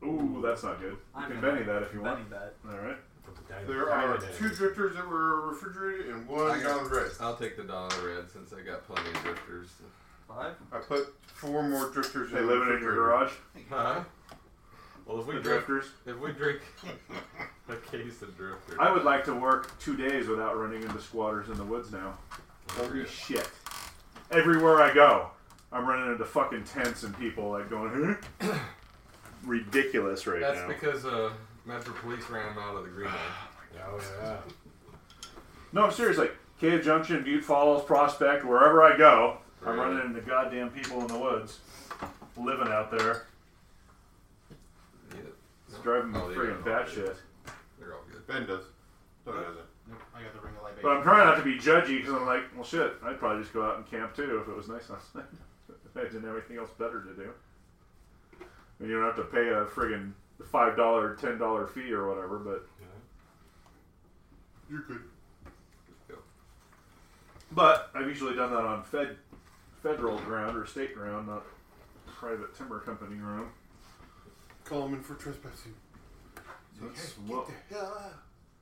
Ooh, that's not good. You I'm can gonna- Benny that if you Benny want. that. All right. Put the diamond- There are diamond in two it. drifters that were refrigerated and one I got- down the rest. I'll take the Dawn of the Red since I got plenty of drifters. Five. I put four more drifters They in living the in your refrigerator. garage. Huh? Well, if we The drink, drifters. if we drink a case of drifters, I would like to work two days without running into squatters in the woods now. Oh, Holy shit. Everywhere I go, I'm running into fucking tents and people like going, "Huh?" [COUGHS] ridiculous right that's now. because uh, Metro Police ran him out of the green room. Oh, yeah. no, I'm serious. Like, Cave Junction, Butte Falls, Prospect, wherever I go, I'm Right. running into goddamn people in the woods living out there. Yeah. It's driving me Oh, yeah. freaking batshit. They're all good. Ben does. No, he doesn't. Nope, I got the ring of But I'm trying not to be judgy because I'm like, well, shit, I'd probably just go out and camp too if it was nice outside. [LAUGHS] Imagine everything else better to do. And you don't have to pay a friggin' five dollar, ten dollar fee or whatever. But You're good. but I've usually done that on fed federal ground or state ground, not private timber company ground. Call him in for trespassing. That's Hey, what- Get the hell out.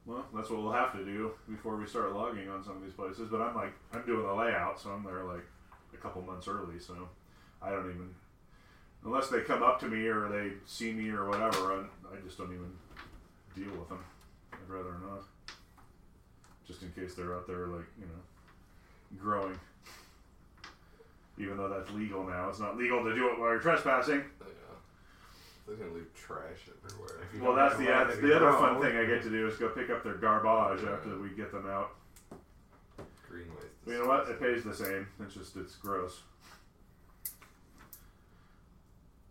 Well, that's what we'll have to do before we start logging on some of these places. But I'm like, I'm doing the layout, so I'm there like a couple months early, so I don't even, unless they come up to me or they see me or whatever, I, I just don't even deal with them. I'd rather not. Just in case they're out there, like, you know, growing. Even though that's legal now, it's not legal to do it while you're trespassing. Yeah. They're gonna leave trash everywhere. If you Well, don't that's the allow that's it to the other grow, fun thing I get to do is go pick up their garbage after we get them out. Green waste. You know what? It pays the same. It's just it's gross.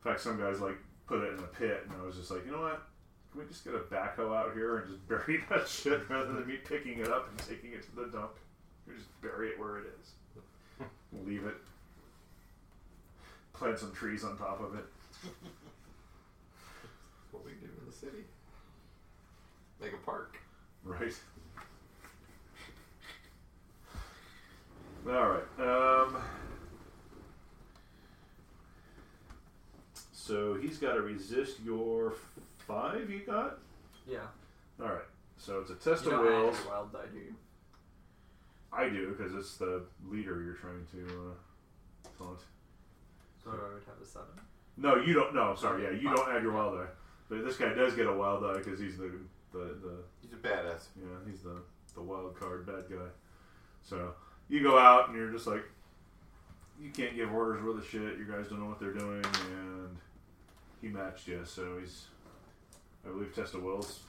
In fact, some guys like put it in a pit, and I was just like, you know what? Can we just get a backhoe out here and just [LAUGHS] bury that shit rather than me picking it up and taking it to the dump? We just bury it where it is. Leave it. Plant some trees on top of it. What we do in the city. Like a park. Right. All right. Um, so he's got to resist your five. You got. Yeah. All right. So it's a test you of don't add wills. any wild die, do you? I do because it's the leader you're trying to uh, taunt. So I would have a seven. No, you don't. No, sorry. Yeah, you don't add your wild eye. But this guy does get a wild eye because he's the the, the He's a badass. Yeah, he's the, the wild card bad guy. So you go out and you're just like, you can't give orders worth a shit. You guys don't know what they're doing, and he matched you, so he's, I believe, Testa Wills.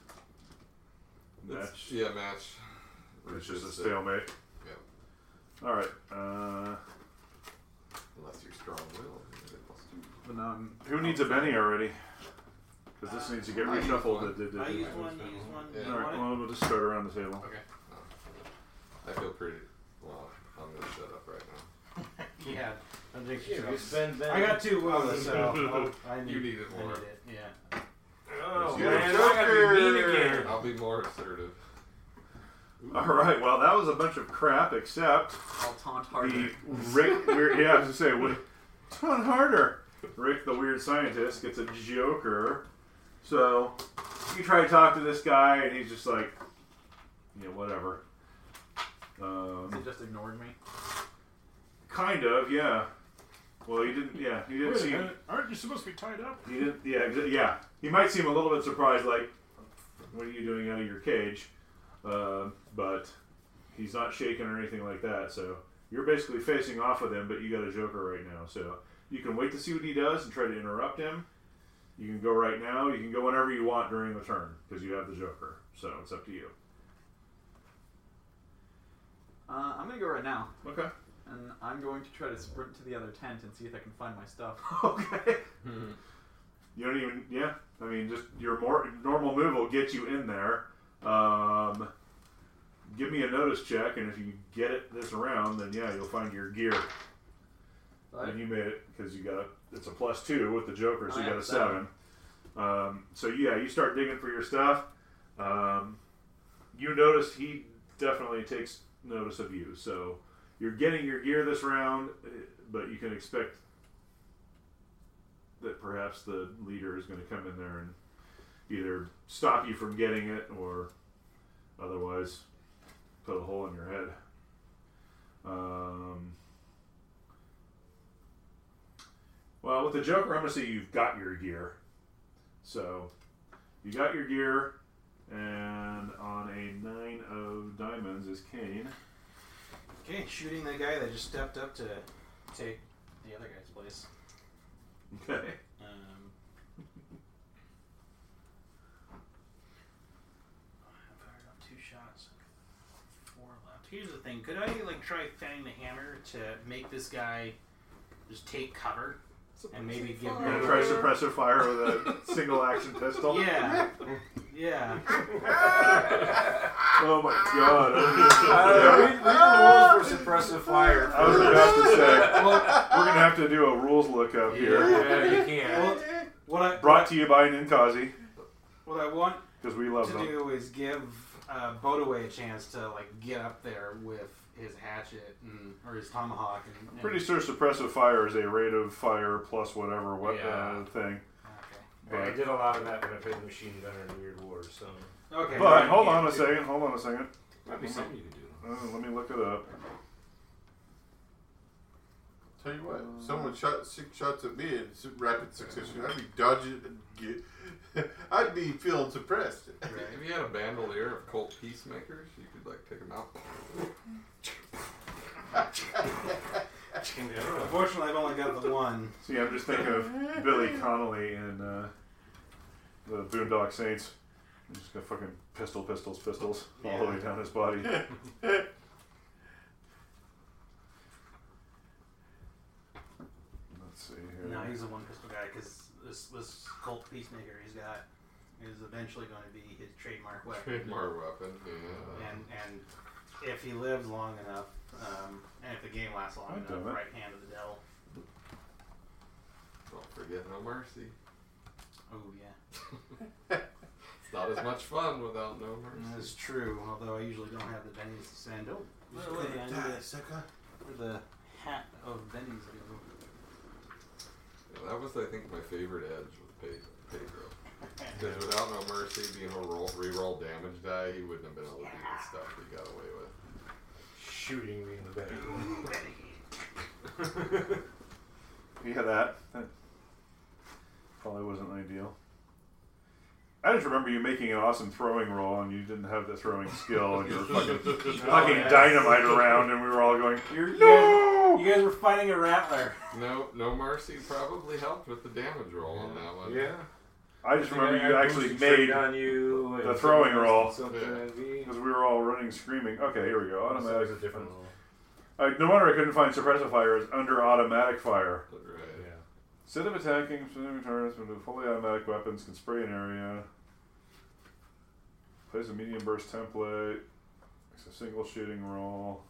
It's- Match. Yeah, match. It's Which just a is, uh, stalemate. Yep. All right. Uh, Unless you're strong willed. you get plus two. But now I'm um, who needs a Benny already? Because this needs to get Uh, I used reshuffled. one. It did- did- I did- used one, you used one. Yeah. You All right. want it? Well, we'll just start around the table. Okay. I feel pretty. Well, I'm going to shut up right now. Yeah. I think Yeah, so. you spend that. I got two wills, [LAUGHS] so I'll- I need, You needed I more. need it. Yeah. Oh, You're a man, I gotta be mean again. I'll be more assertive. Ooh. All right. Well, that was a bunch of crap, except. I'll taunt harder. the Rick. Weird, yeah, I was gonna say, what, ton harder. Rick, the weird scientist, gets a Joker. So you try to talk to this guy, and he's just like, you know, whatever. Is he Um, just ignored me? kind of, yeah. Well, he didn't. Yeah, he didn't seem. aren't you supposed to be tied up? He didn't. Yeah, exa- yeah. He might seem a little bit surprised, like, what are you doing out of your cage? Um, but he's not shaking or anything like that. So you're basically facing off with him, but you got a Joker right now. So you can wait to see what he does and try to interrupt him. You can go right now. You can go whenever you want during the turn because you have the Joker. So it's up to you. Uh, I'm gonna go right now, Okay. and I'm going to try to sprint to the other tent and see if I can find my stuff. [LAUGHS] okay. Hmm. You don't even. Yeah. I mean, just your more normal move will get you in there. Um, give me a notice check, and if you get it this round, then yeah, you'll find your gear. And you made it because you got a, it's a plus two with the Joker, so I you got have a seven. Um, so yeah, you start digging for your stuff. Um, you notice he definitely takes notice of you, so you're getting your gear this round, eh, but you can expect that perhaps the leader is going to come in there and either stop you from getting it or otherwise put a hole in your head. Um, Well, with the Joker, I'm gonna say you've got your gear. So you got your gear, and on a nine of diamonds is Kane. Okay, shooting that guy that just stepped up to take the other guy's place. Okay. Um, I fired on two shots, four left. Here's the thing: could I like try fanning the hammer to make this guy just take cover and maybe give You're gonna him? try suppressive fire with a single action pistol. Yeah, yeah. Oh my god. Uh, I was- read, read the rules for suppressive fire. I was about to say we're gonna have to do a rules lookup here. yeah, you can't. Well, what I Brought to you by Ninkazi what I want because we love to them. do is give uh, Bodaway a chance to like get up there with his hatchet and, or his tomahawk. And, and Pretty sure suppressive fire is a rate of fire plus whatever what uh, Yeah. thing. Ah, Okay. I did a lot of that when I played machine gunner in Weird War, so Okay. But hold on a second, hold on a second. might be something you could do. Uh, let me look it up. Tell you what, if someone shot six shots at me in su- rapid succession, I'd be dodging and get, [LAUGHS] I'd be feeling suppressed. [LAUGHS] If you- If you had a bandolier of cult peacemakers, you could like take them out. Yeah. Unfortunately, I've [LAUGHS] only got the one. See, I'm just thinking of Billy Connolly in uh, the Boondock Saints. I'm just gonna fucking pistol, pistols, pistols all the way down his body. Let's see here. No, he's a one pistol guy because this this cult peacemaker he's got is eventually going to be his trademark weapon. More weapon. Yeah. and and if he lives long enough, um, and if the game lasts long I'd enough, do it. right hand of the devil. Don't forget no mercy. Oh yeah. [LAUGHS] It's not as much fun without no mercy. That's true, although I usually don't have the Bennies to send. Oh, where were they? I need to- sucker. where'd the hat of Bennies go? Yeah, that was, I think, my favorite edge with Pe- Pedro. Because without no mercy being a roll, reroll damage die, he wouldn't have been able to do the stuff he got away with. Shooting me in the back. Yeah, that. that probably wasn't ideal. I just remember you making an awesome throwing roll, and you didn't have the throwing skill, and you [LAUGHS] were [LAUGHS] fucking, Oh, fucking Oh, yeah. dynamite around, and we were all going, "You're- "No!" You guys were fighting a rattler. No, no mercy probably helped with the damage roll on that one. Yeah. I just remember Yeah, you I actually boosted straight made on you the and throwing something roll. else and something and because we were all running screaming. Okay, here we go. That was Automatic. a different roll. I, no wonder I couldn't find suppressive fire. It's under automatic fire. Right. Instead of attacking specific targets with fully automatic weapons, can spray an area. Plays a medium burst template. Makes a single shooting roll.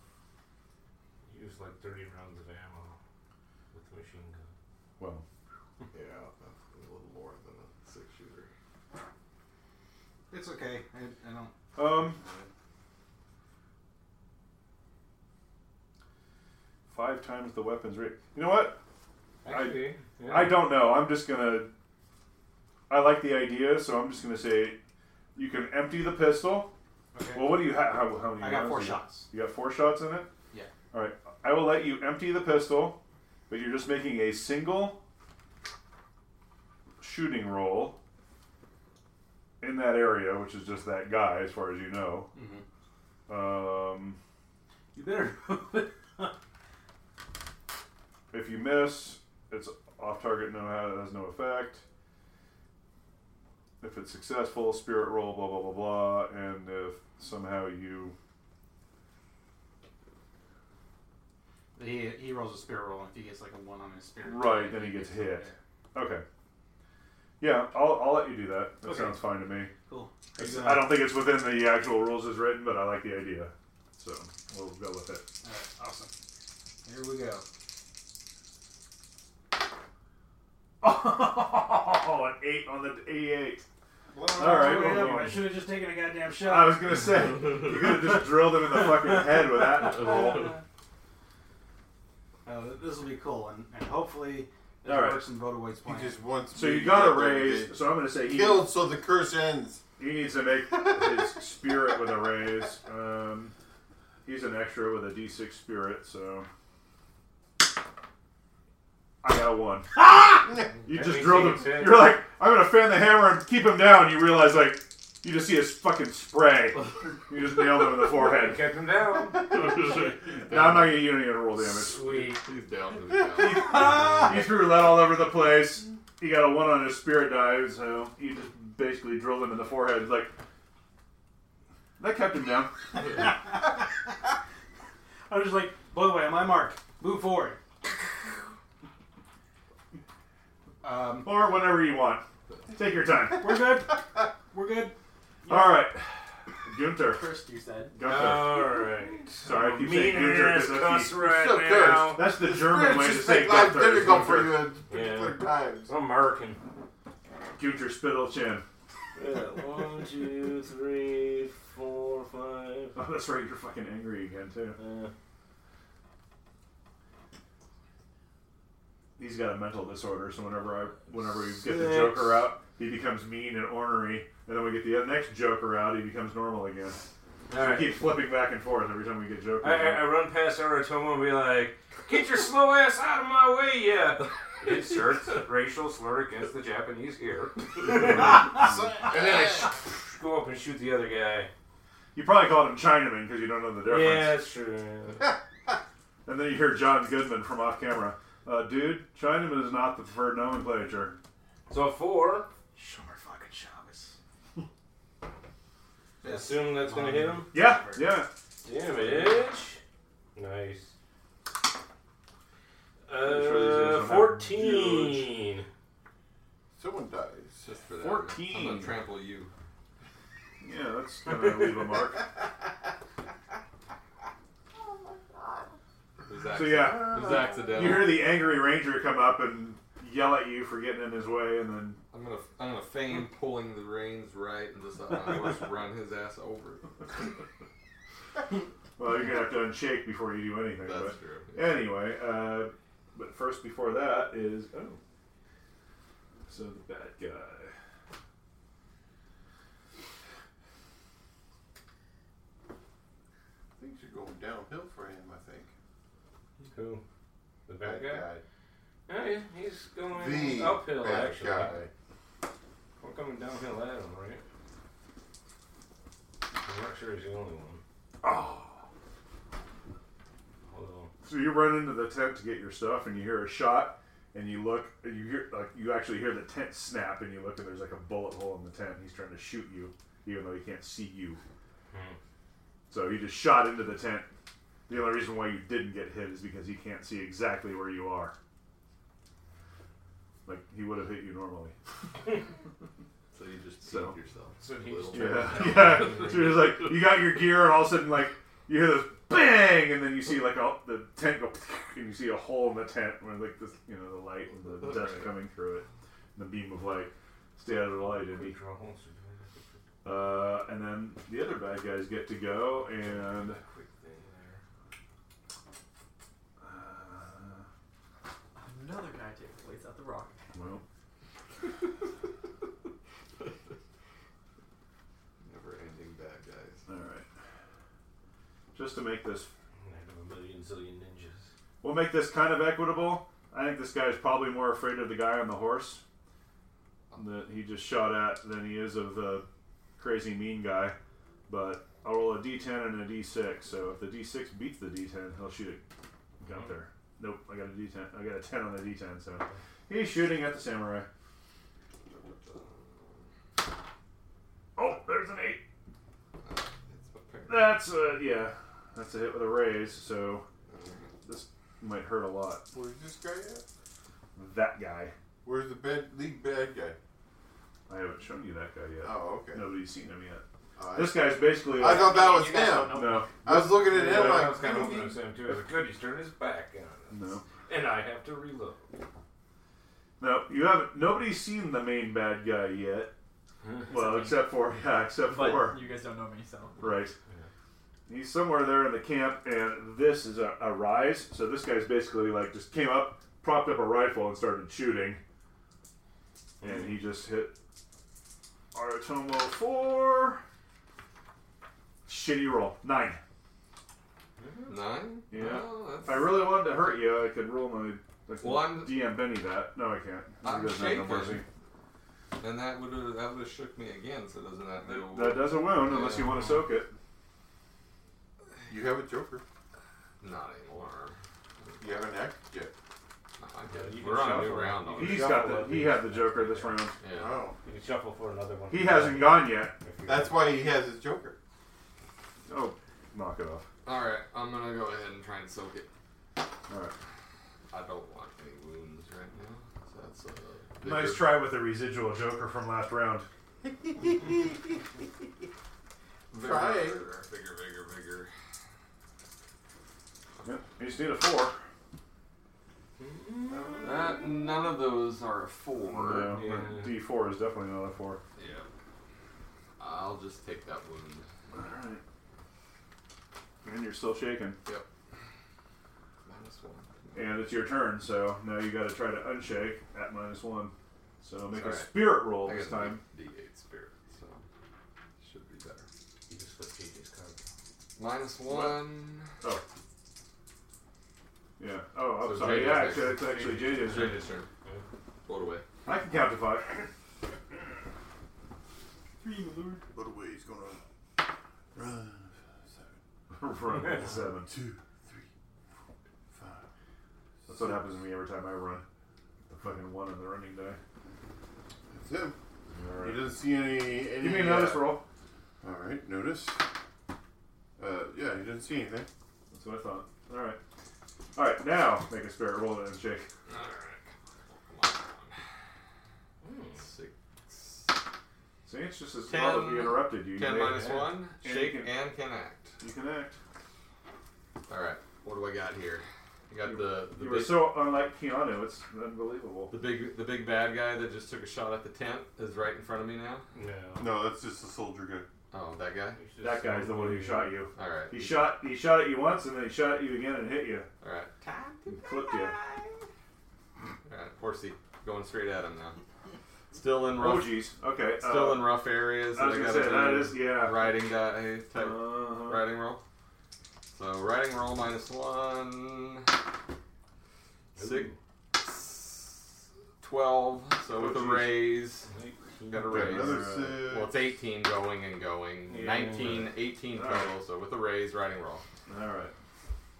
Use like 30 rounds of ammo with the machine gun. Well, Yeah, that's a little more than a six shooter. It's okay. I, I don't. um, five times the weapons rate. You know what? I- Actually, yeah. I don't know. I'm just gonna. I like the idea, so I'm just gonna say, you can empty the pistol. Okay. Well, what do you have? How, how many? I got rounds four do you- shots. You got four shots in it? Yeah. All right. I will let you empty the pistol, but you're just making a single shooting roll in that area, which is just that guy, as far as you know. Mhm. Mm-hmm. Um, You better [LAUGHS] move it. if you miss, it's off target, no has no effect. If it's successful, spirit roll, blah blah blah blah, and if somehow you He, he rolls a spirit roll, and if he gets like a one on his spirit, Right, then he gets hit. Okay. Yeah, I'll, I'll let you do that. That Okay. sounds fine to me. Cool. It's- Are you I don't think it's within the actual rules as written, but I like the idea. So we'll go [LAUGHS] with it. All right, awesome. Here we go. Oh, an 8 on the D8. All right, Wait, I well, well. should have just taken a goddamn shot. I was going to say, you could have just drilled him in the fucking head with that roll. Oh, th- this will be cool, and, and hopefully this All right. works in Voda White's He plan. just wants. So me you to got a get raise. So I'm going to say he, Killed so the curse ends. he needs to make his spirit with a raise. Um, he's an extra with a D6 spirit, so. I got a 1. You That just means drilled he him. gets hit. You're like, I'm gonna fan the hammer and keep him down. You realize, like, you just see his fucking spray. You just nailed him in the [LAUGHS] forehead. Kept him down. No, I'm not gonna. You don't even roll damage. Sweet. He's down to the count. He threw lead all over the place. He got a one on his spirit dive, so you just basically drilled him in the forehead. Like that kept him down. I was just like, by the way, on my mark, move forward. [LAUGHS] um, Or whenever you want. Take your [LAUGHS] time. we're [LAUGHS] good. We're good. All right, Gunther. First, you said. Uh, Gunther. Alright. Sorry, I keep saying Mean Gunther ass because cuss that's, the- right So now. that's the It's German way to just say make life Gunther. is difficult for Gunther. you at particular times. I'm American. Gunther Spittle Chin. One, two, three, four, five. Oh, that's right. You're fucking angry again too. Uh, He's got a mental disorder, so whenever I, whenever we get the Joker out, he becomes mean and ornery, and then we get the next Joker out, he becomes normal again. So Alright. we keep flipping back and forth every time we get Joker. I, I, I out. run past Aratomo and be like, "Get your slow ass out of my way, [LAUGHS] yeah!" Inserts racial slur against the Japanese here. [LAUGHS] [LAUGHS] [LAUGHS] And then I sh- go up and shoot the other guy. You probably called him Chinaman because you don't know the difference. Yeah, that's true. And then you hear John Goodman from off camera, uh, dude, Chinaman is not the preferred nomenclature. So four. Summer fucking Shabbos. [LAUGHS] I assume that's gonna hit him. Yeah, yeah. Damage. Nice. sure these things don't Uh, have fourteen. Someone dies. Just for that. 14. I'm gonna trample you. Yeah, that's gonna leave a mark. It was acc- So yeah, It was accidental. you hear the angry ranger come up and yell at you for getting in his way, and then I'm gonna I'm gonna feign pulling the reins right and just let [LAUGHS] my horse run his ass over. Well, you're gonna have to unshake before you do anything. but That's true. Anyway, uh, but first before that is oh, so the bad guy. Things are going downhill for him, I think. Who? The bad That guy? Yeah, he- he's going The uphill, bad actually. guy. We're coming downhill at him, right? I'm not sure he's the only one. Oh, Although, so you run into the tent to get your stuff, and you hear a shot, and you look, and you hear like you actually hear the tent snap, and you look, and there's like a bullet hole in the tent. and He's trying to shoot you, even though he can't see you. Hmm. So he just shot into the tent. The only reason why you didn't get hit is because he can't see exactly where you are. Like he would have hit you normally. So you just So- peed yourself. so he he just just Yeah, [LAUGHS] yeah. So you're just like, you got your gear, and all of a sudden, like, you hear this bang, and then you see like all the tent go, and you see a hole in the tent where like this, you know, the light and the dust Right. coming through it, and the beam of light. Stay out of the light, Indy. draw holes. Uh, and then the other bad guys get to go, and Quick thing there. uh, Another guy takes place at the rock. well, Never ending bad guys. all right. Just to make this, And I have a million zillion ninjas. we'll make this kind of equitable. I think this guy is probably more afraid of the guy on the horse that he just shot at than he is of the crazy mean guy. But I'll roll a d10 and a d6. So if the d6 beats the d10, he'll shoot it. Got there. Nope, I got a d10. I got a 10 on the d10. So he's shooting at the samurai. Oh, there's an eight. It's my parents. That's a yeah. That's a hit with a raise. So this might hurt a lot. Where's this guy at? That guy. Where's the bad league bad guy? I haven't shown you that guy yet. Oh, okay. Nobody's seen him yet. I- This guy's basically. I Like, thought that was You guys don't him. know. no, I was looking at Yeah, him I was like, kind of who hoping it the- was him too. As a good, he's turned his back on us. no, And I have to reload. no. You haven't. Nobody's seen the main bad guy yet. Well, except for yeah, except But for you guys don't know me, so. [LAUGHS] right. He's somewhere there in the camp, and this is a, a rise. So this guy's basically like just came up, propped up a rifle, and started shooting. And he just hit Aratomo four. Shitty roll nine. Nine? Yeah. No, that's, If I really wanted to hurt you, I could roll my. I could Well, I'm- DM Benny that. No, I can't. He I'm doesn't have no shaken. and that would have that would have shook me again. So doesn't that do? mercy. That does a wound unless you want to soak it. you have a joker. Not anymore. You have an act yet. No, I get you it. can We're on a shuffle new them. round. You on can- He's got the. He had the Joker this round. it. Yeah. Oh. You can shuffle for another one. He hasn't gone yet. If you- That's why he has his joker. Oh, knock it off. All right, I'm gonna go ahead and try and soak it. All right. I don't want any wounds right now. So that's a Nice try with the residual Joker from last round. Bigger, Try. Bigger, bigger, bigger, bigger. Yep. You just need a four. Uh, none of those are a four. No, yeah. uh, D four is definitely another four. Yeah. I'll just take that wound. All right. And you're still shaking. Minus one. And it's your turn, so now you got to try to unshake at minus one. So make All a right. spirit roll I this got time. D- D8 spirit, so should be better. You just flip TJ's card. Minus one. Yeah. Oh, I'm So sorry. JJ's Yeah, next. actually, it's actually JJ's. turn. Jada's turn. Roll away. I can count to five. [LAUGHS] Little way he's gonna run. Seven, run is seven. two, three, four, five. That's what happens to me every time I run. The fucking one on the running day. That's him. All He right. doesn't see any. any Give me another uh, roll. All right, notice. Uh, yeah, he didn't see anything. That's what I thought. All right. All right. Now make a spirit roll and shake. Alright. Come on, come on, come on. Six. See, it's just as Ten- well that we interrupted you. Hmm. Ten You minus can- one. And Shake you and can- can act. You connect. Alright. What do I got here? You got the the You were big, so unlike Keanu, it's unbelievable. the big the big bad guy that just took a shot at the tent is right in front of me now. No. No, that's just a soldier guy. Oh, that guy. That guy's the one who shot you. All right. He shot he shot at you once and then he shot at you again and hit you. All right. And clipped you. All right. Horsey going straight at him now. Still in Oh rough. jeez. Okay. uh, Still in rough areas. I was that gonna gotta say that do. is yeah. riding die type Uh-huh. riding roll. So riding roll minus one. Six. 12, so Oh, with a geez. raise, got a raise. Another uh, six. Well, it's 18 going and going. Yeah. 19, 18 All total, right. so with a raise, riding roll. All right.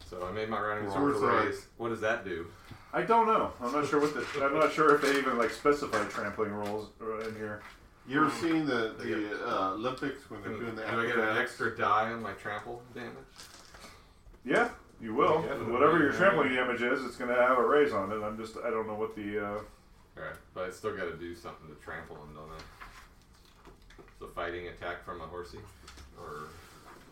So I made my riding It's roll with a worth it. raise. What does that do? I don't know. I'm not sure what the I'm not sure if they even like specify trampling rules uh, in here. You ever seen the, They get- the uh, Olympics when they're Hmm. Can- doing do the I get an acrobatics? extra die on my trample damage? Yeah, you will. Yeah, it'll Whatever be- your trampling damage is, it's gonna have a raise on it. I'm just I don't know what the uh, Alright, but I still gotta do something to trample him, don't I? So fighting attack from a horsey? Or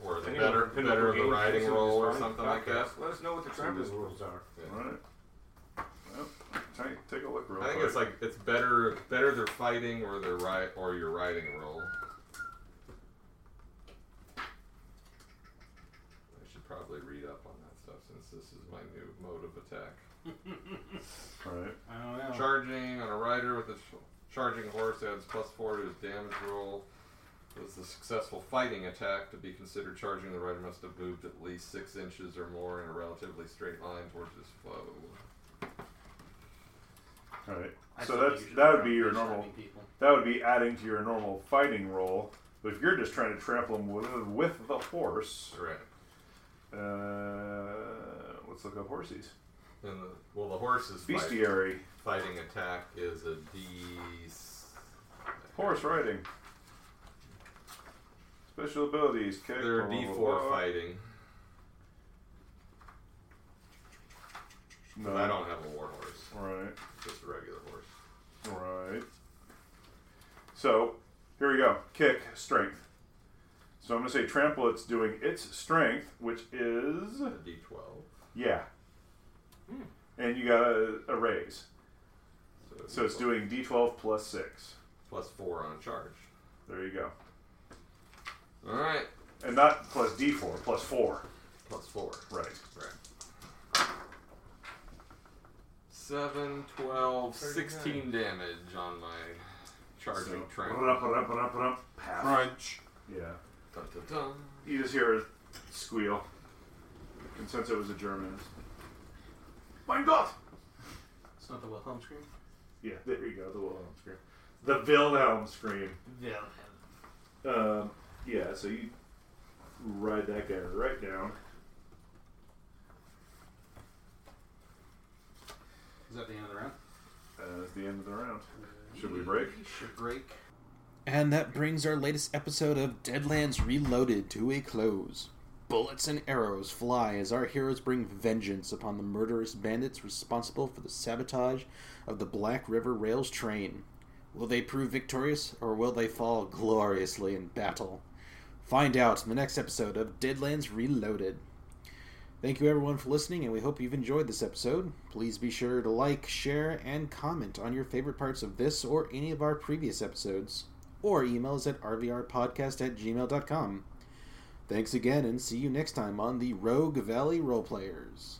or the better better of the riding roll or something like that? Let us know what the trampling rules are. Yeah. Alright. Well, take- take a look real I think quick. it's like it's better better they're fighting or they're right or your riding roll. I should probably read up on that stuff since this is my new mode of attack. Alright. I don't know. Charging on a rider with a sh- charging horse adds plus four to his damage roll. Was the successful fighting attack to be considered charging? The rider must have moved at least six inches or more in a relatively straight line towards his foe. Alright. I So think that's you should that would start be your stabbing normal people. that would be adding to your normal fighting roll. But if you're just trying to trample him with with the horse, All right. uh, let's look up horsies. And the, well, the horse is fighting. Bestiary, Fighting attack is a D. s- horse riding, special abilities, kick. They're blah, blah, D blah, four blah. fighting. No, But I don't have a war horse, Right. just a regular horse. Right. So, here we go. Kick, strength. So I'm going to say trample, it's doing its strength, which is. A D twelve. Yeah. Hmm. And you got a, a raise. So it's D12 doing d12 plus 6. plus four on charge. There you go. All right, And not plus d4, plus 4. plus four. Right. Right. 7, 12, 16 damage on my charging So- train. Path. Crunch. Yeah. Dun, dun, dun. You just hear a squeal. And since it was a German, it's. Mein Gott! It's not the Wilhelm scream. Yeah, there you go. The Wilhelm scream. The Wilhelm scream. Wilhelm. Um, yeah, so you ride that guy right down. Is that the end of the round? Uh, that's the end of the round. Should we break? Should break. And that brings our latest episode of Deadlands Reloaded to a close. Bullets and arrows fly as our heroes bring vengeance upon the murderous bandits responsible for the sabotage of the Black River Rail's train. Will they prove victorious, or will they fall gloriously in battle? Find out in the next episode of Deadlands Reloaded. Thank you everyone for listening, and we hope you've enjoyed this episode. Please be sure to like, share, and comment on your favorite parts of this or any of our previous episodes, or email us at rvrpodcast at gmail.com. Thanks again, and see you next time on the Rogue Valley Roleplayers.